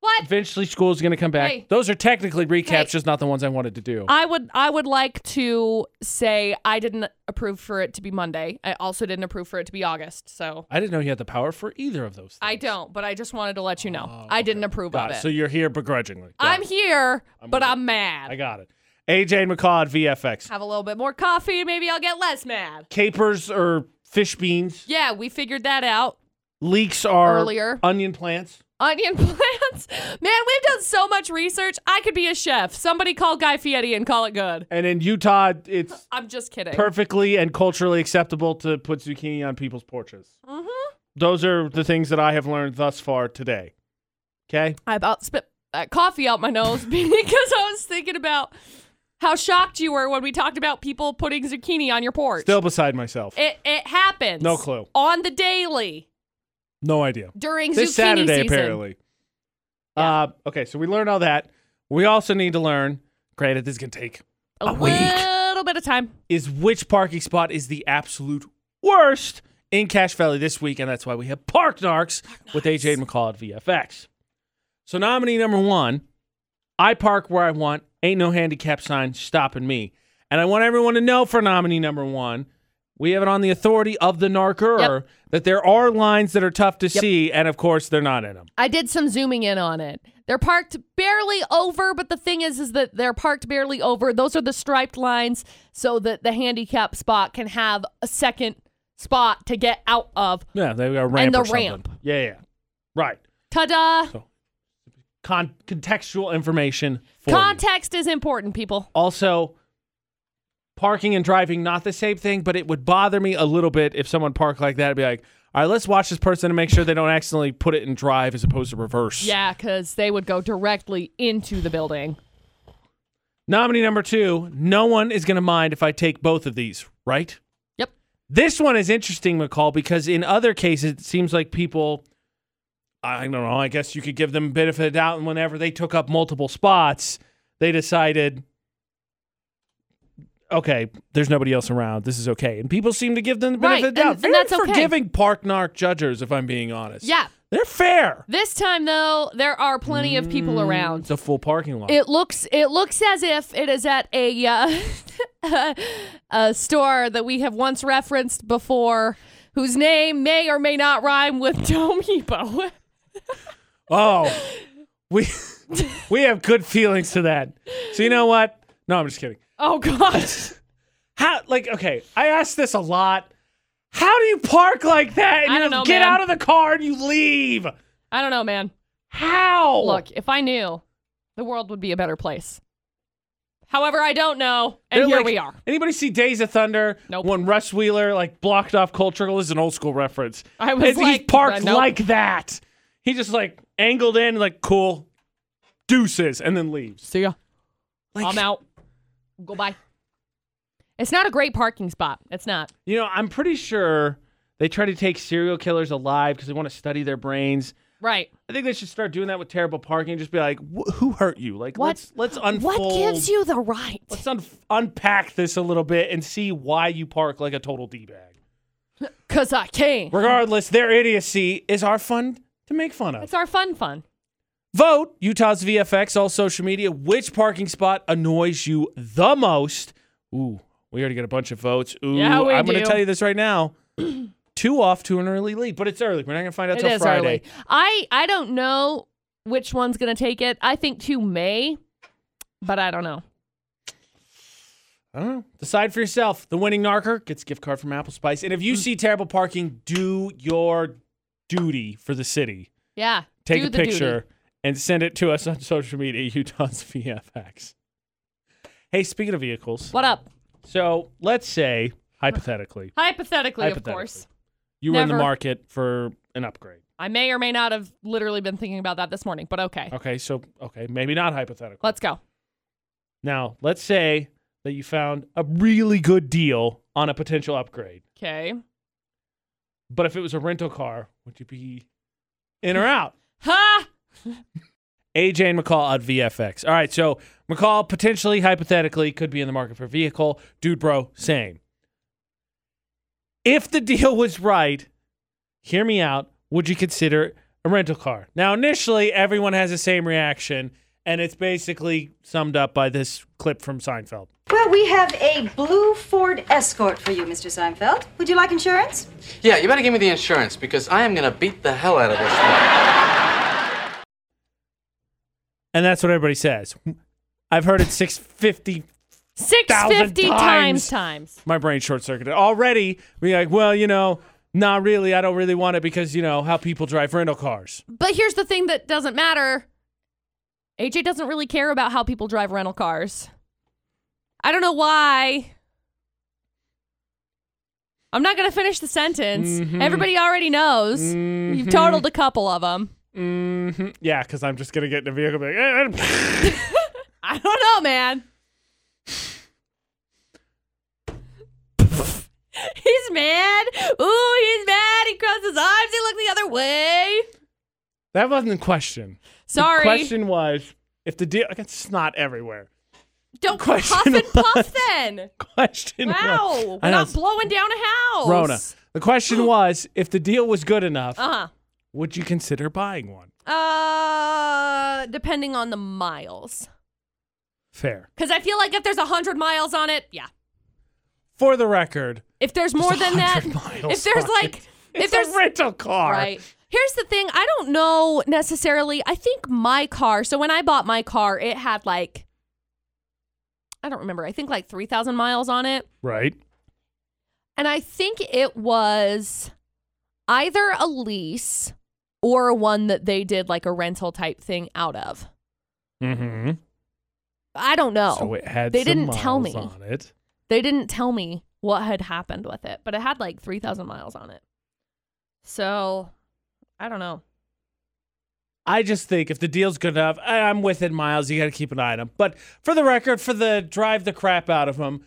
What?
Eventually, school's going to come back.
Hey.
Those are technically recaps,
Hey. Uh,
just not the ones I wanted to do.
I would I would like to say I didn't approve for it to be Monday. I also didn't approve for it to be August. So
I didn't know you had the power for either of those. Things.
I don't, but I just wanted to let you know. I didn't approve
Oh, Got
of
it.
it.
So you're here begrudgingly. Got
I'm
it.
here, but I'm
I
mad.
got it. AJ and McCall at VFX.
Have a little bit more coffee and maybe I'll get less mad.
Capers or fish beans.
Yeah, we figured that out.
Leeks are
Earlier.
onion plants.
Onion plants. Man, we've done so much research. I could be a chef. Somebody call Guy Fieri and call it good.
And in Utah, it's
I'm just kidding.
perfectly and culturally acceptable to put zucchini on people's porches. Mm-hmm. Those are the things that I have learned thus far today. Okay?
I about spit that coffee out my nose because I was thinking about how shocked you were when we talked about people putting zucchini on your porch.
Still beside myself.
it, it happens.
No clue.
On the daily
No idea.
during
This
zucchini
Saturday,
season.
apparently. Uh, okay, so we learned all that. We also need to learn, granted, this is going to take,
A,
A week.
little bit of time.
is which parking spot is the absolute worst in Cache Valley this week. And that's why we have Park Narcs with AJ and McCall at VFX. So, nominee number one I park where I want. Ain't no handicap sign stopping me. And I want everyone to know for nominee number one, we have it on the authority of the narker that there are lines that are tough to see, and of course they're not in them.
I did some zooming in on it. They're parked barely over, but the thing is, is that they're parked barely over. Those are the striped lines so that the handicap spot can have a second spot to get out of.
Yeah, they've got a ramp
the
or something.
ramp.
Yeah, yeah, right.
Ta-da!
Con- contextual information. For you.
Context is important, people.
Also, parking and driving not the same thing, but it would bother me a little bit if someone parked like that. I'd be like, all right, let's watch this person and make sure they don't accidentally put it in drive as opposed to reverse.
Yeah, because they would go directly into the building.
Nominee number two no one is going to mind if I take both of these, right?
Yep.
This one is interesting, McCall, because in other cases, it seems like people, I don't know, I guess you could give them a bit of a doubt. And whenever they took up multiple spots, they decided, okay, there's nobody else around. This is okay. And people seem to give them the benefit
Right,
of the doubt.
and-
Very
and that's okay.
forgiving Park Narc judges, if I'm being honest.
Yeah.
They're fair.
This time though, there are plenty of people around.
It's a full parking lot.
It looks it looks as if it is at a uh, a store that we have once referenced before, whose name may or may not rhyme with Dome Depot.
Oh, we we have good feelings to that. So you know what? No, I'm just kidding.
Oh gosh,
How? Like, okay, I ask this a lot. How do you park like that? And
I
you
don't know,
get
man.
out of the car and you leave.
I don't know, man.
How?
Look, if I knew, the world would be a better place. However, I don't know, and
They're
here
like-
we are.
Anybody see Days of Thunder?
Nope.
When Russ Wheeler like blocked off cultural is an old school reference.
I was
It's-
like,
he's parked
uh, nope.
like that. He just like angled in, like cool, deuces, and then leaves.
See ya.
Like,
I'm out. Go bye. It's not a great parking spot. It's not.
You know, I'm pretty sure they try to take serial killers alive because they want to study their brains.
Right.
I think they should start doing that with terrible parking. Just be like, wh- who hurt you? Like,
What-
let's let's unfold.
What gives you the right?
Let's un- unpack this a little bit and see why you park like a total d bag.
Cause I can.
Regardless, their idiocy is our fun to make fun of.
It's our fun fun.
Vote Utah's VFX, all social media. Which parking spot annoys you the most? Ooh, we already got a bunch of votes. Ooh,
Yeah, we
I'm going to
do.
tell you this right now. Two off to an early lead, but it's early. We're not going to find out
It
till
is
Friday.
early. I I don't know which one's gonna take it. I think two may, but I don't know.
I don't know. Decide for yourself. The winning narker gets a gift card from Apple Spice. And if
Mm.
you see terrible parking, do your duty for the city.
Yeah.
Take
do
a
the duty.
picture and send it to us on social media, Utah's VFX. Hey, speaking of vehicles,
What up?
so let's say, hypothetically,
Hypothetically,
Hypothetically.
of course.
you were in the
Never.
market for an upgrade.
I may or may not have literally been thinking about that this morning, but okay.
Okay, so, okay, maybe not hypothetical.
Let's go.
Now, let's say that you found a really good deal on a potential upgrade.
Okay.
But if it was a rental car, would you be in or out?
Ha!
AJ and McCall at VFX. All right, so McCall potentially, hypothetically, could be in the market for a vehicle. Dude, bro, same. If the deal was right, hear me out. Would you consider a rental car? Now, initially, everyone has the same reaction, and it's basically summed up by this clip from Seinfeld.
Well, we have a blue Ford Escort for you, Mr. Seinfeld. Would you like insurance?
Yeah, you better give me the insurance because I am gonna beat the hell out of this thing.
And that's what everybody says. I've heard it 650
650 times
times.
times.
my brain short circuited already. Be like, well, you know, not really. I don't really want it because you know how people drive rental cars.
But here's the thing that doesn't matter. AJ doesn't really care about how people drive rental cars. I don't know why. I'm not going to finish the sentence.
Mm-hmm.
Everybody already knows. You've totaled a couple of them.
Mm-hmm. Yeah, because I'm just gonna get in a vehicle. and be Like, "Eh, eh."
I don't know, man. he's mad. Ooh, he's mad. He crossed his arms. He looked the other way.
that wasn't the question.
Sorry.
Question was if the deal. Like, it's not everywhere.
don't
question
puff and
was-
puff then.
Question. was-
Wow,
I
we're
know,
not
it's
blowing down a house.
Rona. The question was if the deal was good enough,
Uh
would you consider buying one?
huh. Uh, depending on the miles,
Fair.
because I feel like if there's a hundred miles on it, yeah.
For the record,
If there's more
There's
than that,
100 miles
if there's
on
like,
it.
if
it's
there's
a rental car.
Right. Here's the thing. I don't know necessarily. I think my car. So when I bought my car, it had like, I don't remember. I think like three thousand miles on it,
Right.
and I think it was either a lease or one that they did like a rental type thing out of.
Mm-hmm.
I don't know.
So it had.
Oh, they
some
didn't tell
miles
me.
on it.
They didn't tell me what had happened with it, but it had like 3,000 miles on it. So I don't know.
I just think if the deal's good enough, I- I'm within miles. You got to keep an eye on him. But for the record, for the drive the crap out of him,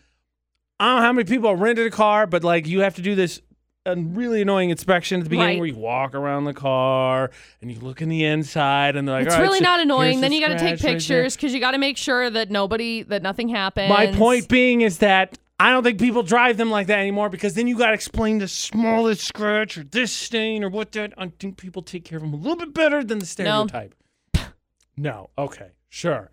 I don't know how many people rented a car, but like you have to do this uh, really annoying inspection at the beginning
Right.
where you walk around the car and you look in the inside and they're like,
It's
"All right,
really
so
not
here's
annoying.
the
Then you got to take
scratch right there."
pictures because you got to make sure that nobody, that nothing happens.
My point being is that I don't think people drive them like that anymore because then you got to explain the smallest scratch or this stain or what that. I think people take care of them a little bit better than the stereotype. No. Okay. Sure.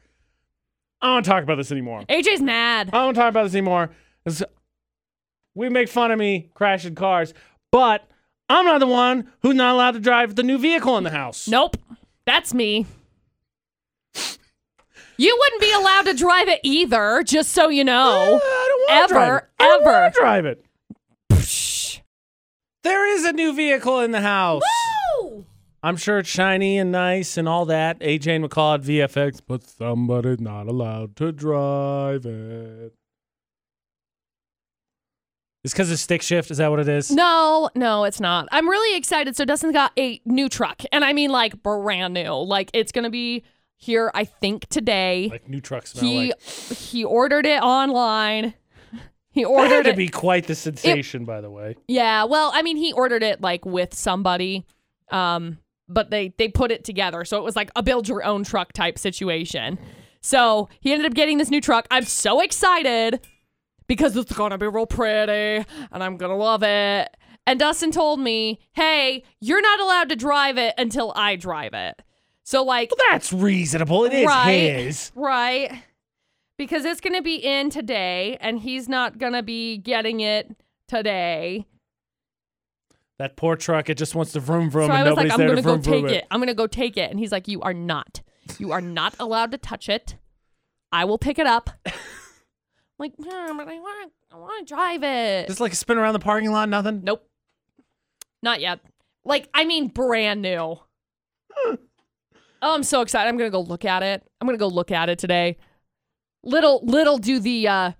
I don't want to talk about this anymore.
AJ's mad.
I don't want to talk about this anymore. It's- we make fun of me crashing cars, but I'm not the one who's not allowed to drive the new vehicle in the house.
Nope. That's me. You wouldn't be allowed to drive it either, just so you
I don't
know.
want to drive it.
Ever,
I don't wanna
ever.
drive it.
Psh.
There is a new vehicle in the house. I'm sure it's shiny and nice and all that. AJ and McCall at VFX, but somebody's not allowed to drive it. It's because of stick shift. Is that what it is?
No, no, it's not. I'm really excited. So Dustin got a new truck, and I mean like brand new. Like it's gonna be here, I think today.
Like new trucks smell
he
like.
he ordered it online. He
That had
ordered
to
it.
be quite the sensation, by the way.
yeah, well, I mean, he ordered it like with somebody, um, but they they put it together, so it was like a build your own truck type situation. So he ended up getting this new truck. I'm so excited because it's gonna be real pretty, and I'm gonna love it. And Dustin told me, "Hey, you're not allowed to drive it until I drive it." So like,
That's reasonable. It is
Right.
his.
Right. Because it's going to be in today and he's not going to be getting it today.
That poor truck. It just wants to vroom vroom,
so I
and
was like,
nobody's
I'm
there
going to
to
go
vroom
take
vroom
it. I'm going to go take it. And he's like, You are not. You are not allowed to touch it. I will pick it up. I'm like, "Hmm, but I want to I want to drive it.
Just like spin around the parking lot. Nothing.
nope. Not yet. Like, I mean, brand new. oh, I'm so excited. I'm going to go look at it. I'm going to go look at it today. Little, little do the uh,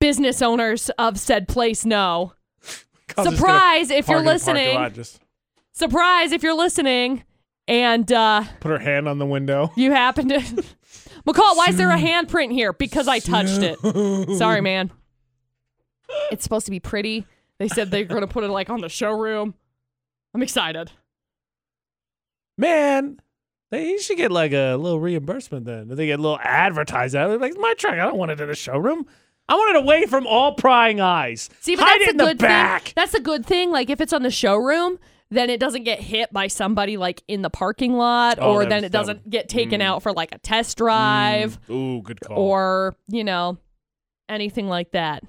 business owners of said place know.
I'm just gonna
Surprise if you're
park in the parking lot,
listening.
Just
Surprise if you're listening. And uh,
put her hand on the window.
you happen to. McCall, why is there a handprint here? Because I touched it. Sorry, man. It's supposed to be pretty. They said they're going to put it like on the showroom. I'm excited.
man, they he should get like a little reimbursement then. They get a little advertised out. They're Like, it's my truck. I don't want it in a showroom. I want it away from all prying eyes.
See, but
Hide
that's
it
a
in
good
the back.
thing. That's a good thing. Like if it's on the showroom, then it doesn't get hit by somebody like in the parking lot,
Oh,
or
that
then
was-
it
that
doesn't
would-
get taken
Mm. Oh.
out for like a test drive,
Ooh, good call.
or you know, anything like that.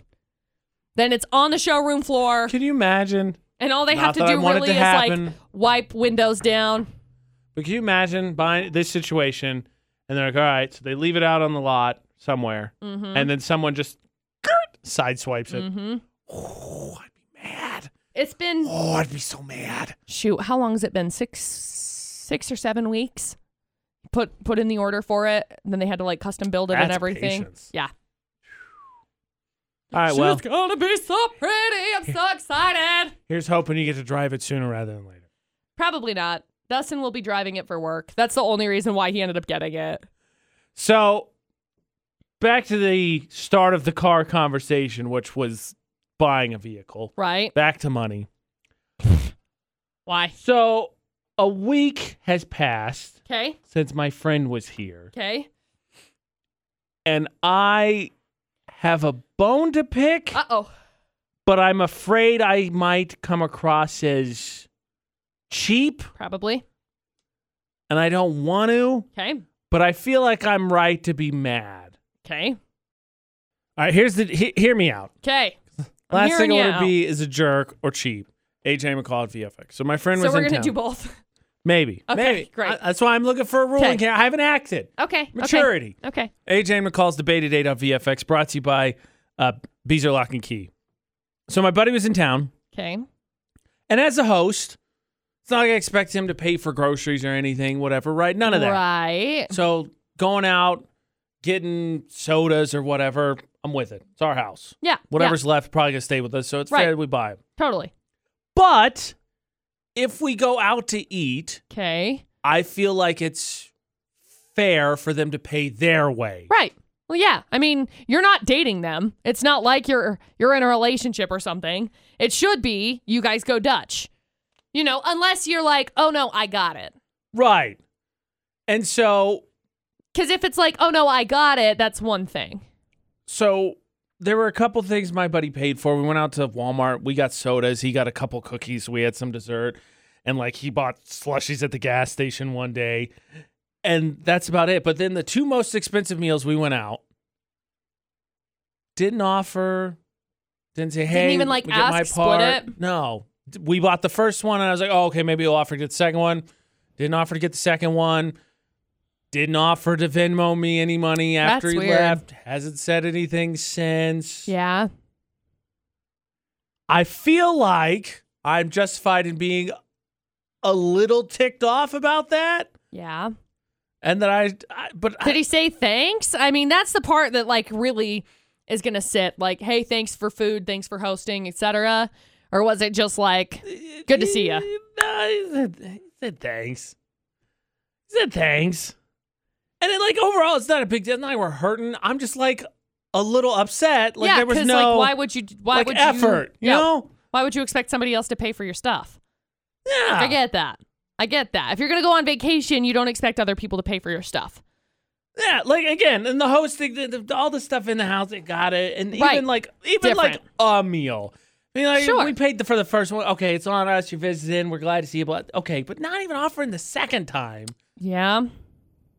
Then it's on the showroom floor,
can you imagine?
and all they
Not
have to
that I
do
want it
really
to
is like
happen.
wipe windows down.
But can you imagine buying this situation? And they're like, all right, so they leave it out on the lot somewhere,
Mm-hmm.
and then someone just sideswipes it.
hmm
Oh, I'd be mad.
It's been
Oh, I'd be so mad.
shoot how long has it been six six or seven weeks put put in the order for it then they had to like custom build it and
That's
everything
patience.
yeah
All right, well,
she's gonna be so pretty i'm so excited
here's hoping you get to drive it sooner rather than later.
probably not dustin will be driving it for work that's the only reason why he ended up getting it
So back to the start of the car conversation, which was buying a vehicle.
right
Back to money.
why
So a week has passed
okay
since my friend was here,
okay
and I have a bone to pick,
uh-oh
but I'm afraid I might come across as cheap,
probably
and I don't want to,
okay
but I feel like I'm right to be mad.
okay
All right, here's the he- hear me out.
okay I'm
Last thing
hearing
I
you
want
out.
to be is a jerk or cheap. AJ McCall at VFX. So my friend
so
was
we're
in
gonna
town.
do both
Maybe.
Okay,
Maybe.
great.
I- that's why I'm looking for a ruling
'Kay.
here. I haven't acted.
okay
Maturity.
okay, okay.
AJ McCall's Debate at 8 on VFX brought to you by uh, Beezer Lock and Key. So my buddy was in town,
Okay.
and as a host, it's not like I expect him to pay for groceries or anything, whatever, right? None of that.
Right.
So going out, getting sodas or whatever, I'm with it. It's our house.
Yeah. Whatever.
Whatever's left probably gonna stay with us, so it's
Right.
fair that we buy it.
Totally.
But if we go out to eat,
Okay.
I feel like it's fair for them to pay their way.
Right. Well, yeah. I mean, you're not dating them. It's not like you're you're in a relationship or something. It should be you guys go Dutch. You know, unless you're like, "Oh no, I got it."
Right. And so
Cuz if it's like, "Oh no, I got it," that's one thing.
so there were a couple things my buddy paid for. We went out to Walmart. We got sodas. He got a couple cookies. We had some dessert. And like he bought slushies at the gas station one day. And that's about it. But then the two most expensive meals we went out didn't offer, didn't say, hey,
even, like,
we get my
ask, split
part.
it?
No. D- We bought the first one and I was like, oh, okay, maybe he'll offer to get the second one. Didn't offer to get the second one. Didn't offer to Venmo me any money after
That's
he
weird.
left. Hasn't said anything since.
Yeah.
I feel like I'm justified in being a little ticked off about that.
Yeah.
And that I, I but
Did
I,
he say thanks? I mean, that's the part that like really is going to sit like, "Hey, thanks for food, thanks for hosting, etc." Or was it just like, "Good to see ya."
No, he said, he said thanks. He said thanks. And then, like, overall, it's not a big deal. It's Not like we're hurting. I'm just like a little upset. Like,
yeah,
there was
'cause,
no
like why would you why
like,
would
effort, you
Yeah.
know?
Why would you expect somebody else to pay for your stuff?
Yeah.
I get that. I get that. If you're going to go on vacation, you don't expect other people to pay for your stuff.
Yeah, like again, and the hosting, the, the, all the stuff in the house, it got it, and
Right.
even like even like
Different.
a meal. I mean, like,
Sure.
we paid the, for the first one. Okay, it's on us. You're visiting. We're glad to see you. But okay, but not even offering the second time.
Yeah.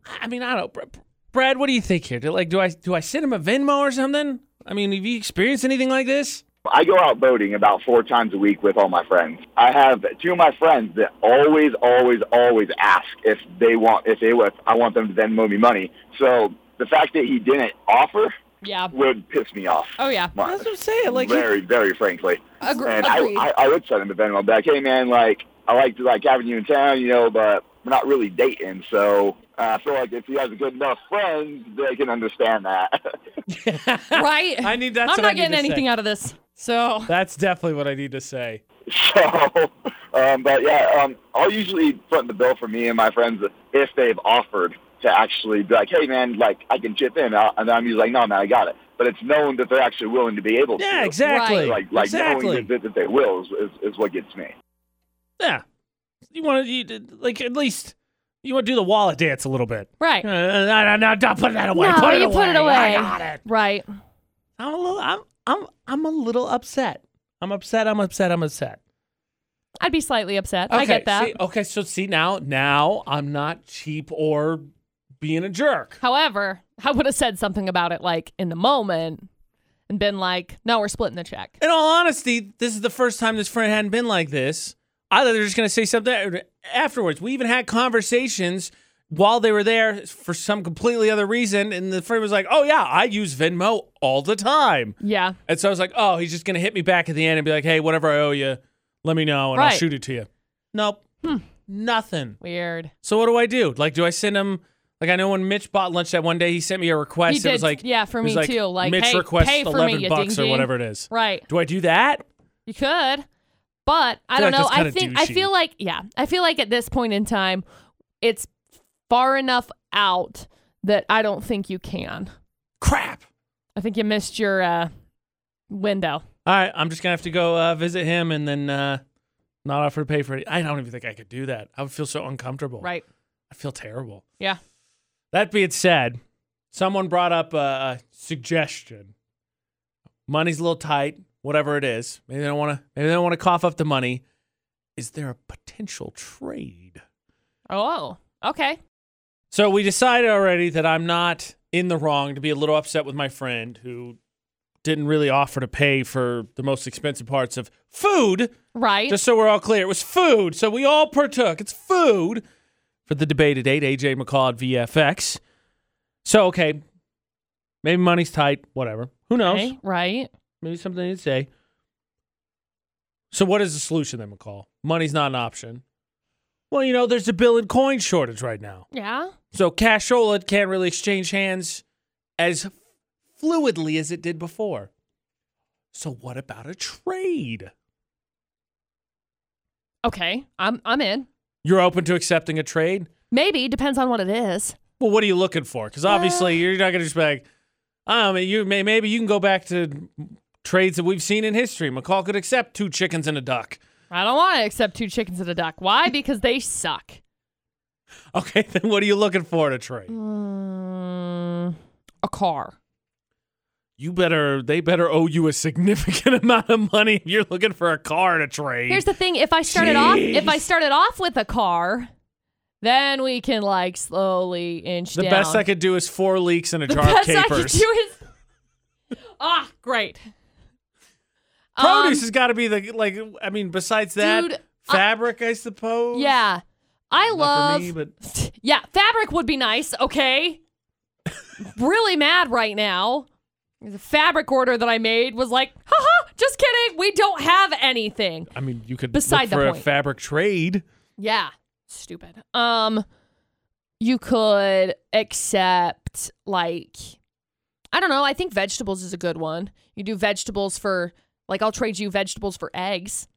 I I mean, I don't. Br- Br- Brad, what do you think here? Do, like, do I do I send him a Venmo or something? I mean, have you experienced anything like this?
I go out boating about four times a week with all my friends. I have two of my friends that always, always, always ask if they want if they if I want them to then loan me money. So the fact that he didn't offer
Yeah.
would piss me off.
Oh yeah.
That's what I'm saying. Like, he-
very, very frankly.
Agre-
and I,
agreed.
I, I would send him a Venmo back. Hey, man, like I like to like having you in town, you know, but we're not really dating, so uh, I feel like if he has a good enough friends, they can understand that.
right.
I need. That's
I'm
what
not
I need
getting
to say.
anything out of this. So,
That's definitely what I need to say.
so, um, but yeah, um, I'll usually front the bill for me and my friends if they've offered to actually be like, hey, man, like I can chip in, uh, and I'm usually like, no, man, I got it. But it's known that they're actually willing to be able to.
Yeah, exactly.
Right.
Like, like
exactly.
knowing that, that they will is, is, is what gets me.
Yeah. You want to you, d- like at least you want to do the wallet dance a little bit.
right.
Uh, no, no, no, don't put that away.
No,
put it
you
away.
put it
I
away.
got it.
Right.
I'm a little. I'm. I'm. I'm a little upset. I'm upset. I'm upset. I'm upset.
I'd be slightly upset.
Okay,
I get that.
see- okay. So see now. Now I'm not cheap or being a jerk.
However, I would have said something about it like in the moment and been like, no, we're splitting the check.
In all honesty, this is the first time this friend hadn't been like this. I thought they were just going to say something afterwards. We even had conversations while they were there for some completely other reason. And the friend was like, oh, yeah, I use Venmo all the time.
Yeah.
And so I was like, oh, he's just going to hit me back at the end and be like, hey, whatever I owe you, let me know and I'll
Right.
shoot it to you. Nope. Nothing.
Weird.
So what do I do? Like, do I send him? Like I know when Mitch bought lunch that one day, he sent me a request.
He
it was
did-
like
yeah, for
it was
me
like,
too. Like,
Mitch
hey,
requests
pay for me,
eleven
you
bucks or
ding-ding.
whatever it is.
Right.
Do I do that?
You could. But I,
feel like
don't know.
that's
I
kinda
think I
douchey.
feel like yeah. I feel like at this point in time, it's far enough out that I don't think you can.
Crap.
I think you missed your uh, window.
All right, I'm just gonna have to go uh, visit him and then uh, not offer to pay for it. I don't even think I could do that. I would feel so uncomfortable.
Right.
I feel terrible.
Yeah.
That being said, someone brought up a suggestion. Money's a little tight, whatever it is. Maybe they don't want to. Maybe they don't want to cough up the money. Is there a potential trade?
Oh. Okay.
So we decided already that I'm not in the wrong to be a little upset with my friend who didn't really offer to pay for the most expensive parts of food.
Right.
Just so we're all clear, it was food. So we all partook. It's food for the debate at 8, AJ McCall at VFX. So, okay, maybe money's tight, whatever. Who knows?
okay. Right.
Maybe something to say. So, what is the solution then, McCall? Money's not an option. Well, you know, there's a bill and coin shortage right now.
Yeah.
So, cashola can't really exchange hands as fluidly as it did before. So, what about a trade?
Okay. I'm I'm in.
You're open to accepting a trade?
Maybe depends on what it is.
Well, what are you looking for? Because obviously you're not going to just be like, I mean, you may maybe you can go back to trades that we've seen in history. McCall could accept two chickens and a duck.
I don't want to accept two chickens and a duck. Why? Because they suck.
Okay, then what are you looking for in a trade?
Mm, a car.
You better they better owe you a significant amount of money if you're looking for a car to trade.
Here's the thing: if I started off, if I
Jeez.
started off with a car, then we can like slowly inch
the
down.
best I could do is four leeks and a
The
jar of
best I could
capers.
do is ah, great.
Produce
Um,
has got to be the like. I mean, besides that,
Dude, I-
fabric, I, suppose.
yeah, I
Not
love.
for me, but
Yeah, fabric would be nice. Okay. really mad right now. The fabric order that I made was like, haha, just kidding. We don't have anything.
I mean, you could beside
Beside the
for a
point.
fabric trade.
Yeah. Stupid. Um you could accept like I don't know, I think vegetables is a good one. You do vegetables for like I'll trade you vegetables for eggs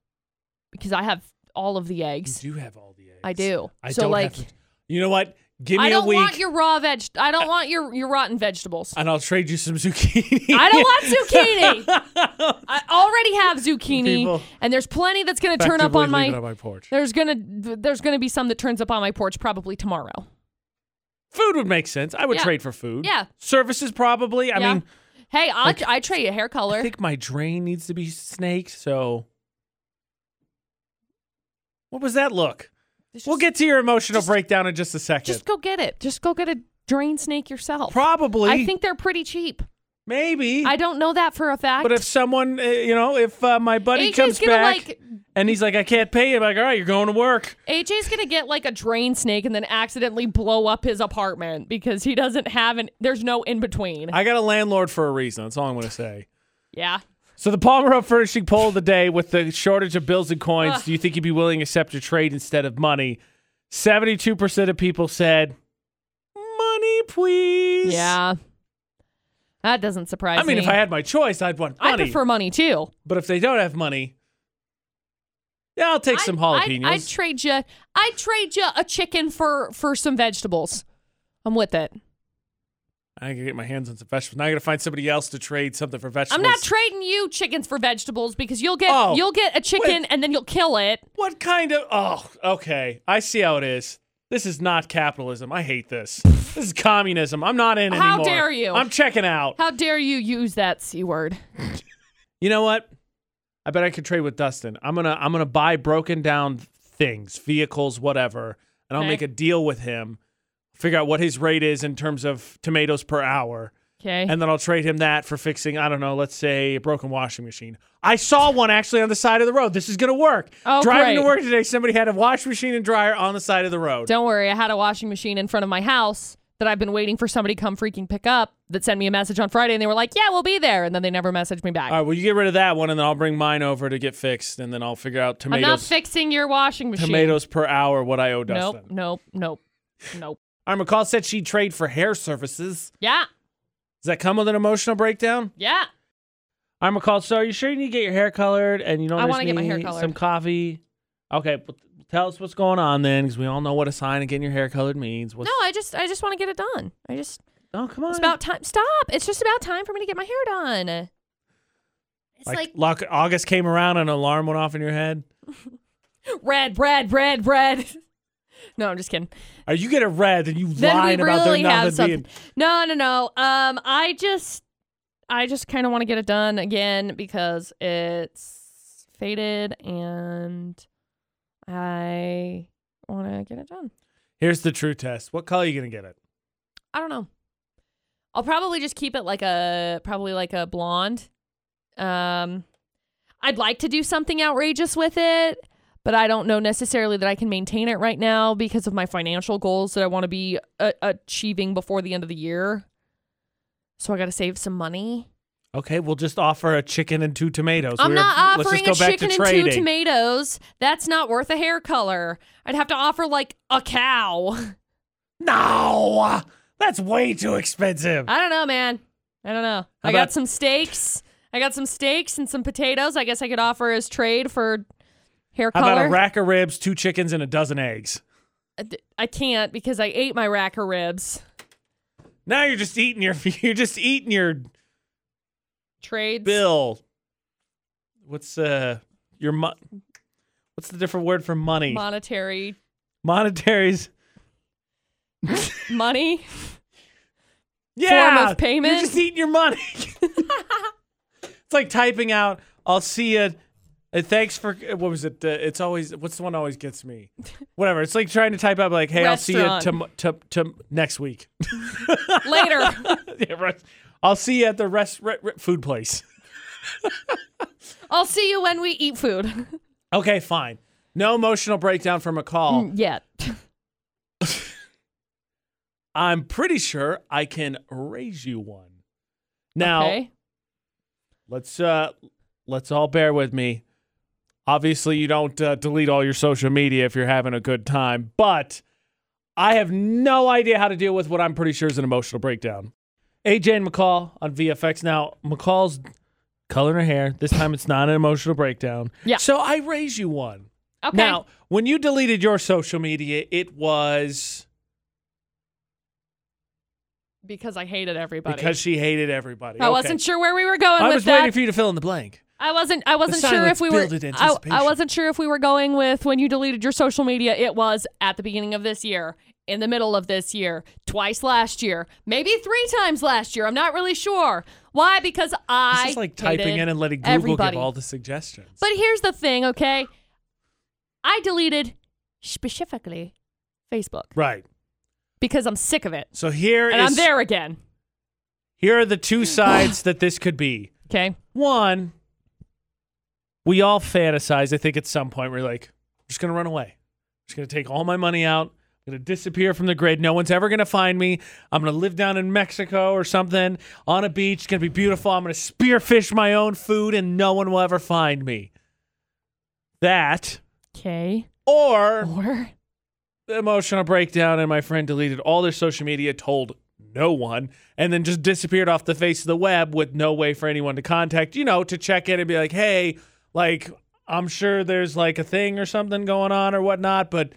because I have all of the
You
eggs.
do have all the eggs.
I do.
I
so
don't
like
have to, You know what? Give me
I don't
a week,
want your raw veg I don't want your your rotten vegetables.
and I'll trade you some zucchini.
I don't want zucchini. I already have zucchini,
People-
and there's plenty that's going to turn up
Effectively
on my.
leave it on my porch.
There's gonna there's gonna be some that turns up on my porch probably tomorrow.
Food would make sense. I would
Yeah.
trade for food.
Yeah.
Services probably. I
Yeah.
mean,
Hey, I'll,
Like-
I trade a hair
I
color.
think my drain needs to be snaked. So, what was that look?
Just-
we'll get to your emotional
just-
breakdown in just a second.
Just go get it. Just go get a drain snake yourself.
probably.
I think they're pretty cheap.
maybe.
I don't know that for a fact.
But if someone, uh, you know, if uh, my buddy
AJ's
comes
gonna,
back
like-
and he's like, I can't pay you, I'm like, all right, you're going to work.
AJ's gonna get like a drain snake and then accidentally blow up his apartment because he doesn't have an. There's no in between.
I got a landlord for a reason. That's all I'm going to say.
Yeah.
So the Palmer Up Furnishing poll of the day with the shortage of bills and coins, do you think you'd be willing to accept a trade instead of money? 72% of people said, money, please.
Yeah. That doesn't surprise
I mean,
me.
if I had my choice, I'd want
I
money.
prefer money too.
but if they don't have money, yeah, I'll take some jalapenos.
I'd, I'd trade you. I'd trade you a chicken for for some vegetables. I'm with it.
I gotta get my hands on some vegetables. Now I gotta find somebody else to trade something for vegetables.
I'm not trading you chickens for vegetables because you'll get
Oh,
you'll get a chicken
wait.
and then you'll kill it.
What kind of? Oh, okay. I see how it is. This is not capitalism. I hate this. This is communism. I'm not in
How
anymore.
dare you.
I'm checking out.
How dare you use that c word?
You know what? I bet I could trade with Dustin. I'm gonna I'm gonna buy broken down things, vehicles, whatever, and I'll
Okay.
make a deal with him. Figure out what his rate is in terms of tomatoes per hour,
Okay.
and then I'll trade him that for fixing. I don't know. Let's say a broken washing machine. I saw one actually on the side of the road. This is gonna work.
Oh,
Driving to
great.
work today, somebody had a washing machine and dryer on the side of the road.
Don't worry, I had a washing machine in front of my house that I've been waiting for somebody to come freaking pick up that sent me a message on Friday and they were like, "Yeah, we'll be there." And then they never messaged me back.
All right, well, you get rid of that one, and then I'll bring mine over to get fixed, and then I'll figure out
I'm not
tomatoes
fixing your washing machine.
tomatoes per hour what I owe Dustin.
Nope, nope, nope. Nope.
All right, McCall said she'd trade for hair services.
Yeah.
Does that come with an emotional breakdown?
Yeah.
All right, McCall. So, are you sure you need to get your hair colored, and you don't?
I
want
wanna
to
get my hair colored.
Some coffee. Okay, well, tell us what's going on then, because we all know what a sign of getting your hair colored means. What's,
No, I just I just want to get it done. I just
oh, come on.
it's about time. Stop. It's just about time for me to get my hair done. It's
like,
like,
lock, August came around, and an alarm went off in your head.
red, red, red, red. No, I'm just kidding.
Are you get a red, then you
Then
lying
we
about
really
there
have
not
something.
being.
No, no, no. Um, I just, I just kind of want to get it done again because it's faded and I want to get it done.
Here's the true test. What color are you gonna get it?
I don't know. I'll probably just keep it like a probably like a blonde. Um I'd like to do something outrageous with it, but I don't know necessarily that I can maintain it right now because of my financial goals that I want to be uh, achieving before the end of the year. So I got to save some money.
Okay, we'll just offer a chicken and two tomatoes.
I'm
We're-
not
let's just
offering
go
a
back
chicken
to
and
trading.
two tomatoes. That's not worth a hair color. I'd have to offer like a cow.
No, that's way too expensive.
I don't know, man. I don't know. I
about-
got some steaks. I got some steaks and some potatoes. I guess I could offer as trade for Hair
How
color.
about a rack of ribs, two chickens, and a dozen eggs?
I d- I can't because I ate my rack of ribs.
Now you're just eating your you're just eating your
Trades.
bill. What's uh your mo- What's the different word for money?
Monetary
Monetaries.
money.
Yeah,
of payment?
You're just eating your money. it's like typing out. I'll see you. thanks for what was it? Uh, it's always what's the one that always gets me. Whatever. It's like trying to type out like, hey, I'll see you
Restaurant.
to, to, to next week.
Later.
yeah, right. I'll see you at the rest re- re- food place.
I'll see you when we eat food.
Okay, fine. No emotional breakdown from a call.
Mm, Yet.
I'm pretty sure I can raise you one. Now,
Okay.
let's uh let's all bear with me obviously you don't uh, delete all your social media if you're having a good time but i have no idea how to deal with what i'm pretty sure is an emotional breakdown aj and mccall on vfx now mccall's coloring her hair this time it's not an emotional breakdown
Yeah.
so i raise you one
Okay.
now when you deleted your social media it was
because I hated everybody.
because she hated everybody
I
Okay.
wasn't sure where we were going
i
with
was
that.
waiting for you to fill in the blank
I wasn't. I wasn't sure
silence
if we were.
builded
I,
anticipation.
I wasn't sure if we were going with when you deleted your social media. It was at the beginning of this year, in the middle of this year, twice last year, maybe three times last year. I'm not really sure why because I
This is like typing
hated
in and letting Google
everybody.
give all the suggestions.
But here's the thing, okay? I deleted specifically Facebook
right.
because I'm sick of it,
So here
and I'm
is-
there again.
here are the two sides that this could be.
Okay.
One, we all fantasize, I think at some point we're like, I'm just gonna run away. I'm just gonna take all my money out. I'm gonna disappear from the grid. No one's ever gonna find me. I'm gonna live down in Mexico or something on a beach. It's gonna be beautiful. I'm gonna spearfish my own food and no one will ever find me. That
Okay.
or
Or
emotional breakdown and my friend deleted all their social media told no one and then just disappeared off the face of the web with no way for anyone to contact you know to check in and be like hey like i'm sure there's like a thing or something going on or whatnot but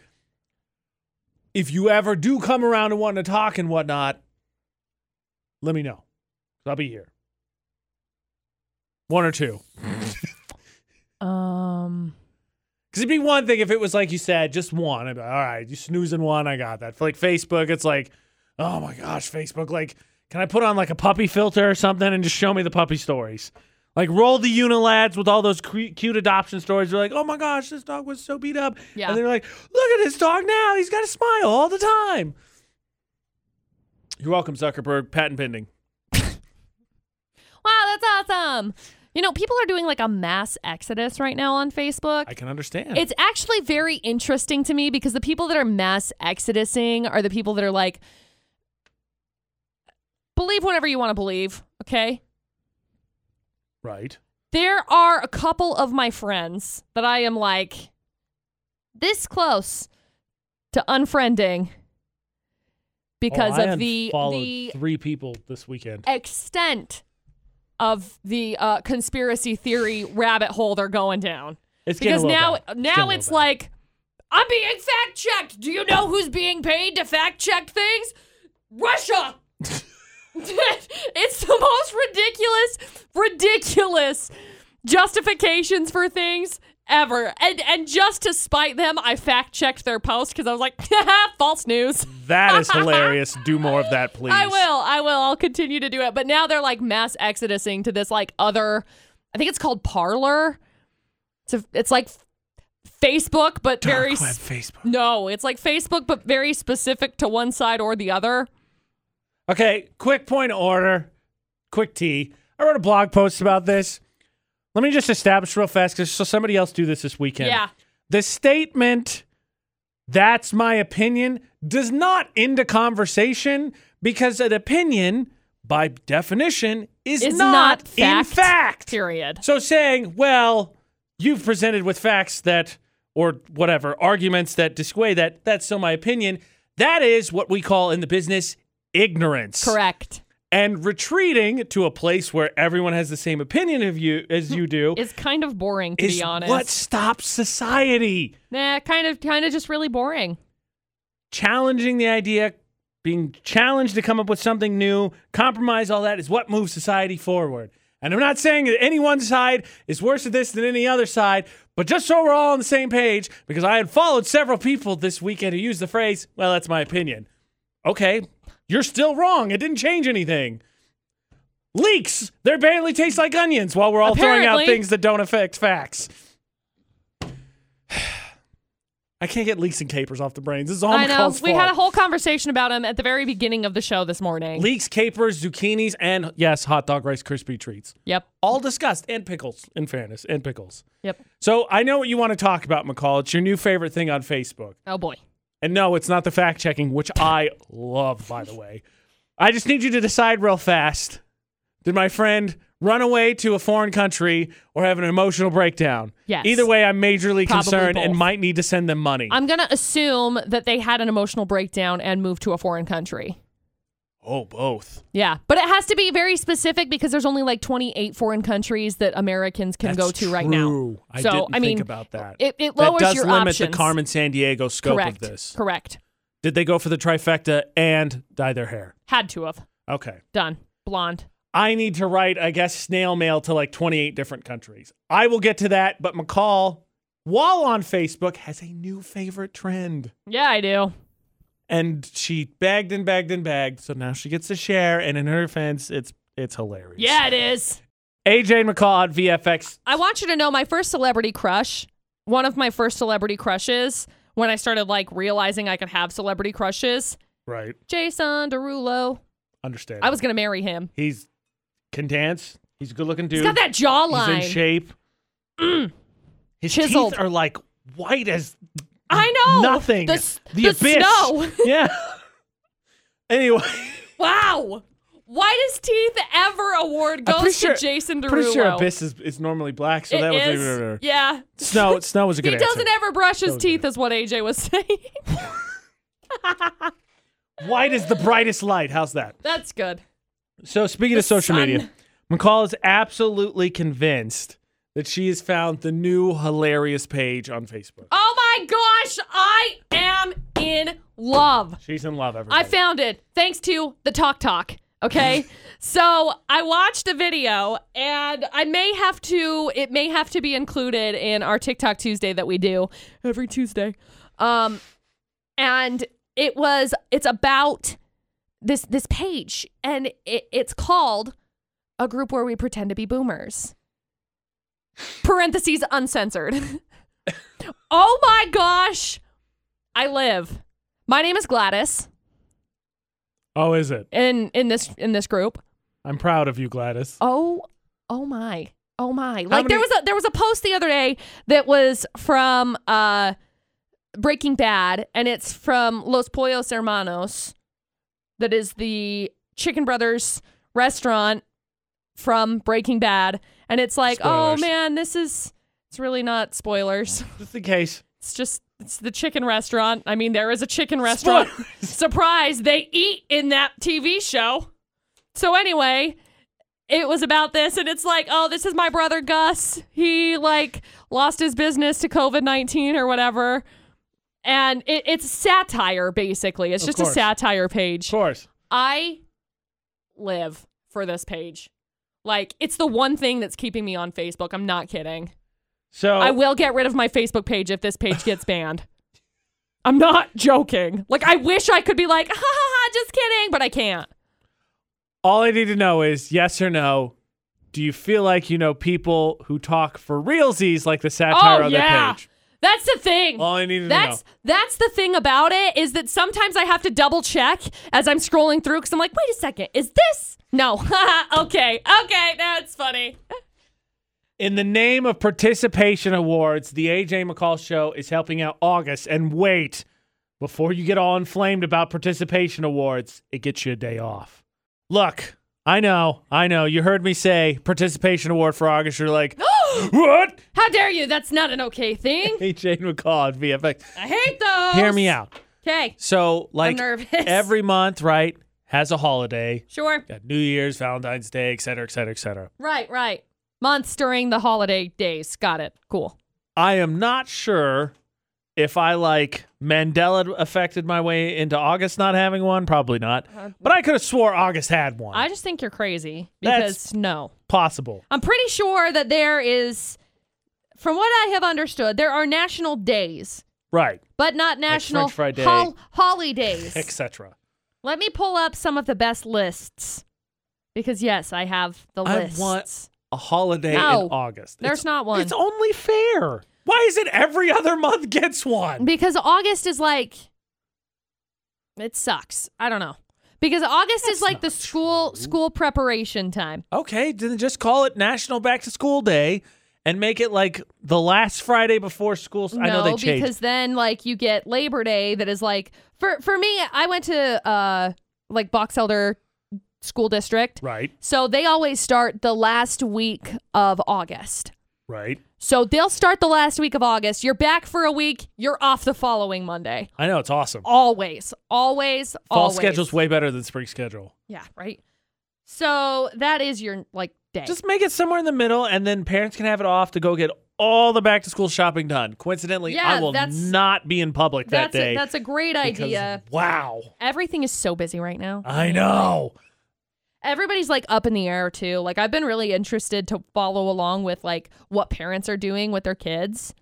if you ever do come around and want to talk and whatnot let me know i'll be here one or two
um.
Because it'd be one thing if it was like you said, just one. I'd be like, all right, you snoozing one, I got that. For like Facebook, it's like, oh my gosh, Facebook, like, can I put on like a puppy filter or something and just show me the puppy stories? Like, roll the Unilads with all those cre- cute adoption stories. You're like, oh my gosh, this dog was so beat up.
Yeah.
And they're like, look at this dog now. He's got a smile all the time. You're welcome, Zuckerberg. Patent pending.
Wow, that's awesome. You know, people are doing like a mass exodus right now on Facebook.
I can understand.
It's actually very interesting to me because the people that are mass exodusing are the people that are like, believe whatever you want to believe, okay?
right.
There are a couple of my friends that I am like this close to unfriending because
Oh, I
of the
unfollowed
the
three people this weekend.
extent of the uh, conspiracy theory rabbit hole they're going down.
It's getting
Because
a little
now,
bad. getting a
now
little
it's
bad.
like, I'm being fact checked. Do you know who's being paid to fact check things? Russia. it's the most ridiculous, ridiculous justifications for things ever. And and just to spite them, I fact checked their post because I was like, false news.
That is hilarious. Do more of that, please.
I will. I will. I'll continue to do it. But now they're like mass exodusing to this like other. I think it's called Parlor. It's a, it's like Facebook, but
Dark
very
web
s-
Facebook.
no. It's like Facebook, but very specific to one side or the other.
Okay, quick point of order. Quick tea. I wrote a blog post about this. Let me just establish real fast because so somebody else do this this weekend.
Yeah.
The statement "That's my opinion" does not end a conversation because an opinion, by definition, is
Is
not,
not
in
fact.
fact.
Period.
So saying, well, you've presented with facts that, or whatever, arguments that dissuade that, that's still my opinion. That is what we call in the business ignorance.
Correct.
and retreating to a place where everyone has the same opinion of you as you do
It's kind of boring, to
is
be honest.
what stops society.
Nah, kind of, kind of just really boring.
Challenging the idea, being challenged to come up with something new, compromise, all that is what moves society forward. And I'm not saying that any one side is worse at this than any other side, but just so we're all on the same page, because I had followed several people this weekend who used the phrase, well, that's my opinion. Okay, you're still wrong. It didn't change anything. Leaks, they barely taste like onions while we're all throwing out
Apparently.
things that don't affect facts. I can't get leaks and capers off the brains. This is all
I know.
McCall's
We
fault.
had a whole conversation about him at the very beginning of the show this morning.
leeks, capers, zucchinis, and yes, hot dog rice crispy treats.
yep.
All discussed. And pickles, in fairness, and pickles.
Yep.
So I know what you want to talk about, McCall. It's your new favorite thing on Facebook.
Oh boy.
And no, it's not the fact checking, which I love, by the way. I just need you to decide real fast. Did my friend run away to a foreign country or have an emotional breakdown?
Yes.
Either way, I'm majorly
Probably
concerned and
both.
might need to send them money.
I'm gonna assume that they had an emotional breakdown and moved to a foreign country.
oh, both.
Yeah, but it has to be very specific because there's only like 28 foreign countries that Americans can go to right now.
true. I
so
didn't
I mean,
think about that.
It,
that
it lowers
does
your
limit
options.
the Carmen San Diego scope
Correct.
of this.
Correct.
Did they go for the trifecta and dye their hair?
Had to have
Okay.
done blonde.
I need to write, I guess, snail mail to like 28 different countries. I will get to that, but McCall, while on Facebook, has a new favorite trend.
Yeah, I do.
And she bagged and bagged and bagged, so now she gets to share, and in her defense, it's it's hilarious.
Yeah, it is.
AJ and McCall on VFX.
I want you to know my first celebrity crush. One of my first celebrity crushes when I started like realizing I could have celebrity crushes.
Right.
Jason Derulo.
Understand.
I was gonna marry him.
He's can dance. He's a good looking dude.
He's got that jawline.
He's in shape. His
Mm. Chiseled.
teeth are like white as
I know
nothing.
The, s-
the,
the
abyss.
snow.
Yeah. anyway,
Wow. Why does Teeth Ever Award
I'm
goes
pretty sure-
to Jason Derulo?
pretty sure abyss is, is normally black, so
It
that was
is- yeah.
snow. Snow was a
He
good answer.
doesn't ever brush his
was
teeth, is what AJ was saying.
White is the brightest light. How's that?
That's good.
So speaking of social
sun.
media, McCall is absolutely convinced that she has found the new hilarious page on Facebook.
Oh my gosh, I am in love.
She's in love, everybody.
I found it thanks to the Talk Talk. Okay. so I watched a video and I may have to, it may have to be included in our TikTok Tuesday that we do every Tuesday. Um, and it was, it's about this, this page and it, it's called a group where we pretend to be boomers. Parentheses uncensored. oh my gosh. I live. My name is Gladys
oh, is it?
in in this in this group.
I'm proud of you, Gladys.
Oh, oh my, oh my! Like
many-
there was a there was a post the other day that was from uh Breaking Bad, and it's from Los Pollos Hermanos, that is the Chicken Brothers restaurant from Breaking Bad, and it's like,
Spoilers.
oh man, this is it's really not spoilers.
Just in case.
It's just it's the chicken restaurant. I mean, there is a chicken restaurant. Surprise, they eat in that TV show. So anyway, it was about this and it's like, "Oh, this is my brother Gus. He like lost his business to COVID-19 or whatever." And it, it's satire basically. It's
Of
just a
course.
satire page.
Of course.
I live for this page. Like it's the one thing that's keeping me on Facebook. I'm not kidding.
So
I will get rid of my Facebook page if this page gets banned. I'm not joking. Like I wish I could be like, ha ha ha, just kidding, but I can't.
All I need to know is yes or no. Do you feel like you know people who talk for realsies like the satire
oh
on
yeah,
their page?
that's the thing.
All I needed to
that's that's the thing about it is that sometimes I have to double check as I'm scrolling through because I'm like, wait a second, is this no? okay, okay, that's funny.
In the name of participation awards, the AJ McCall show is helping out August. And wait, before you get all inflamed about participation awards, it gets you a day off. Look, I know, I know. You heard me say participation award for August. You're like, what?
How dare you? That's not an okay thing.
AJ McCall at VFX.
I hate those.
Hear me out.
Okay.
So, like
nervous.
every month, right? has a holiday,
Sure.
got New Year's, Valentine's Day, et cetera, et cetera, et cetera.
Right, right. Months during the holiday days. Got it. Cool.
I am not sure if I like Mandela affected my way into August not having one. Probably not. But I could have swore August had one.
Uh-huh. I just think you're crazy because
That's-
no.
Possible.
I'm pretty sure that there is, from what I have understood, there are national days,
Right.
but not national
French Fry Day.
hol- holidays.
Et cetera.
Let me pull up some of the best lists because, yes, I have the
I
lists.
want- A holiday
No.
in August.
There's
It's-
not one.
It's only fair. Why is it every other month gets one?
because August is like it sucks. I don't know. Because August is like the school school preparation time.
Okay, then just call it National Back to School Day and make it like the last Friday before school. I know they
no,
changed.
because then like you get Labor Day that is like for for me, I went to uh like Box Elder school district.
right,
So they always start the last week of August.
right.
So they'll start the last week of August. You're back for a week, you're off the following Monday.
I know it's awesome.
Always, always,
Fall
always.
schedule's way better than spring schedule.
Yeah, right. So that is your like day.
Just make it somewhere in the middle, and then parents can have it off to go get all the back to school shopping done. Coincidentally, I
Yeah,
will
that's-
not be in public
that's
that day.
a, that's a great
because-
idea.
Wow,
Everything is so busy right now.
I know.
Everybody's like up in the air too. Like I've been really interested to follow along with like what parents are doing with their kids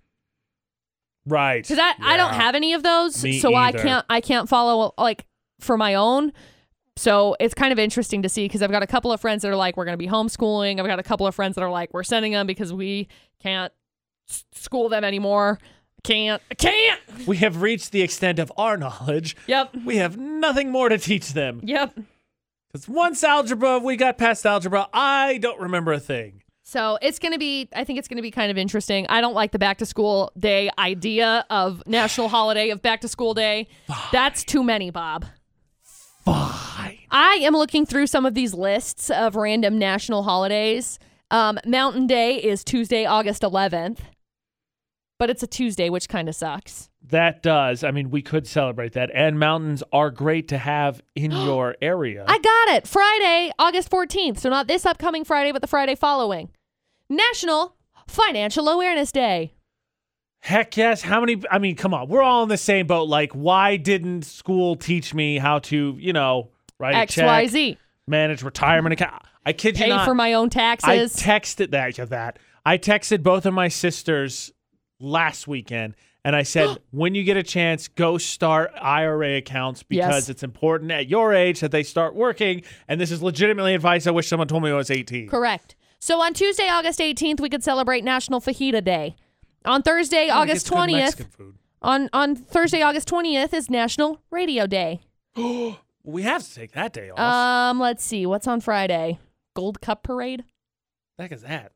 Right,
because I, I don't
Yeah.
have any of those,
Me
so I
either.
can't I can't follow like for my own. So it's kind of interesting to see because I've got a couple of friends that are like we're going to be homeschooling. I've got a couple of friends that are like we're sending them because we can't s- school them anymore. Can't can't.
we have reached the extent of our knowledge.
Yep.
We have nothing more to teach them.
Yep.
Because once algebra, we got past algebra. I don't remember a thing.
So it's going to be, I think it's going to be kind of interesting. I don't like the back to school day idea of national holiday of back to school day. That's too many, Bob.
Fine.
I am looking through some of these lists of random national holidays. Um, Mountain Day is Tuesday, August 11th, but it's a Tuesday, which kind of sucks.
That does. I mean, we could celebrate that. And mountains are great to have in your area.
I got it. Friday, August 14th. So not this upcoming Friday, but the Friday following. National Financial Awareness Day.
Heck yes. How many? I mean, come on. We're all in the same boat. Like, why didn't school teach me how to, you know, write a check,
XYZ.
manage retirement account? I kid you
Pay
not.
for my own
I
taxes.
texted that yeah, that. I texted both of my sisters last weekend and I said, when you get a chance, go start IRA accounts because
Yes.
it's important at your age that they start working. And this is legitimately advice I wish someone told me when I was 18.
Correct. So on Tuesday, August 18th, we could celebrate National Fajita Day. On Thursday, August 20th, on, on Thursday, August 20th is National Radio Day.
We have to take that day off.
Um, let's see, what's on Friday? Gold Cup Parade?
the heck is that?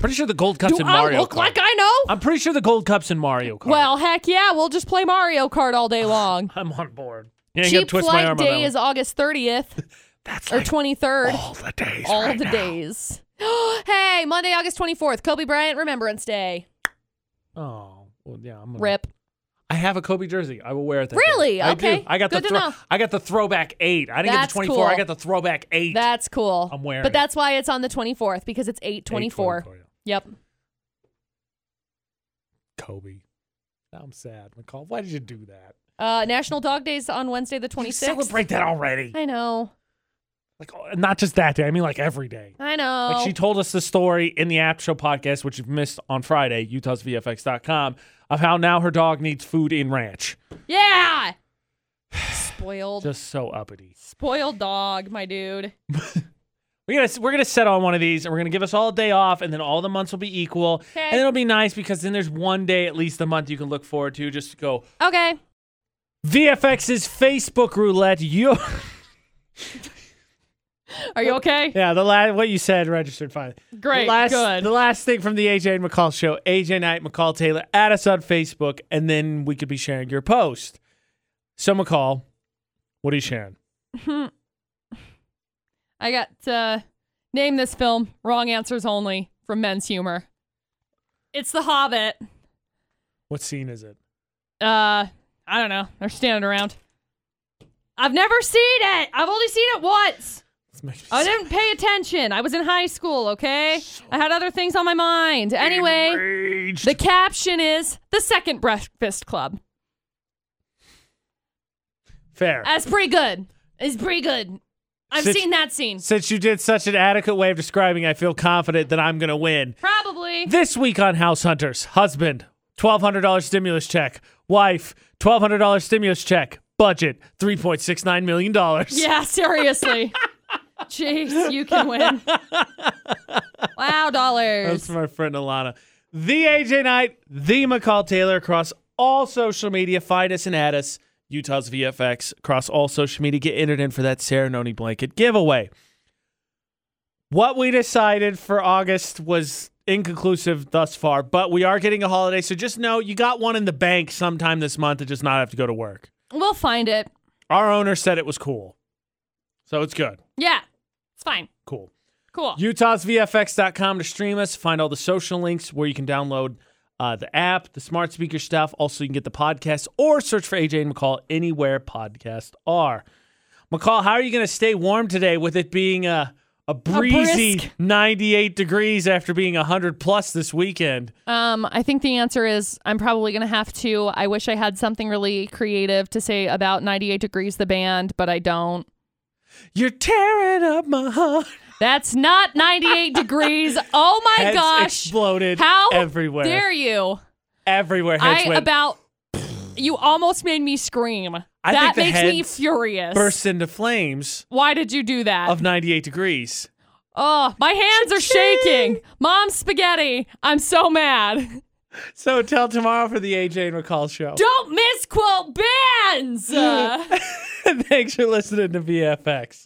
Pretty sure the Gold Cup's
Do
in
I
Mario
look
Kart.
like I know?
I'm pretty sure the Gold Cup's in Mario Kart.
Well, heck yeah, we'll just play Mario Kart all day long.
I'm on board. You ain't gonna
Cheap
twist my
Flight
arm on that
Day
one.
is August 30th
That's
or
like
23rd.
all the days.
all
right
the
now.
days. hey, Monday, August 24th, Kobe Bryant Remembrance Day.
Oh, well, yeah. I'm gonna-
Rip.
I have a Kobe jersey. I will wear it. That
Really?
Day. I
Okay.
do. I got
Good
the
to know.
I got the throwback eight. I didn't
That's
get the twenty four. I
cool.
got the throwback eight.
That's cool.
I'm wearing
But
it.
that's why it's on the 24th because it's 824.
8/24, yeah.
Yep.
Kobe. Now I'm sad, McCall. Why did you do that?
Uh, National Dog Days on Wednesday the 26th.
Celebrate that already.
I know.
Like oh, not just that day. I mean, like every day.
I know.
Like she told us the story in the after show podcast, which you've missed on Friday, utahsvfx.com, of how now her dog needs food in ranch.
yeah. Spoiled.
Just so uppity.
Spoiled dog, my dude.
We're gonna we're gonna set on one of these, and we're gonna give us all a day off, and then all the months will be equal,
Okay.
and it'll be nice because then there's one day at least a month you can look forward to. Just to go
Okay.
VFX's Facebook roulette. You
Are you okay?
yeah, the last what you said registered fine.
Great.
The last,
Good.
The last thing from the AJ and McCall show, AJ Knight, McCall Taylor, add us on Facebook, and then we could be sharing your post. So McCall, what are you sharing?
I got uh, name this film Wrong Answers Only from Men's Humor. It's The Hobbit.
What scene is it?
Uh, I don't know. They're standing around. I've never seen it. I've only seen it once.
This makes me
I
sick.
didn't pay attention. I was in high school, okay? I had other things on my mind. Anyway,
Enraged.
the caption is The Second Breakfast Club.
Fair.
That's pretty good. It's pretty good. I've
Sit-
seen that scene.
Since you did such an adequate way of describing, I feel confident that I'm going to win.
Probably.
This week on House Hunters, husband, $1,200 stimulus check. Wife, $1,200 stimulus check. Budget, $3.69 million.
Yeah, seriously. Jeez, you can win. Wow,
That's
dollars.
from our friend Alana. The AJ Knight, the McCall Taylor across all social media. Find us and add us. Utah's VFX across all social media. Get entered in for that ceremony blanket giveaway. What we decided for August was inconclusive thus far, but we are getting a holiday. So just know you got one in the bank sometime this month to just not have to go to work.
We'll find it.
Our owner said it was cool. So it's good.
Yeah, it's fine.
Cool.
Cool.
UtahsVFX.com to stream us. Find all the social links where you can download uh, the app, the smart speaker stuff. Also, you can get the podcast or search for AJ and McCall anywhere podcasts are. McCall, how are you going to stay warm today with it being a, a breezy
brisk.
98 degrees after being 100 plus this weekend?
Um, I think the answer is I'm probably going to have to. I wish I had something really creative to say about 98 Degrees, the band, but I don't.
You're tearing up my heart.
That's not 98 Degrees. Oh my
Heads
gosh.
exploded
How
everywhere.
dare you?
everywhere heads
I
went.
about. You almost made me scream.
I think
that
the
makes me
heads
furious.
burst into flames
Why did you do that?
of 98 degrees.
oh, my hands are shaking. Mom's spaghetti. I'm so mad.
So until tomorrow for the AJ and McCall show.
Don't misquote bands. Uh,
Thanks for listening to VFX.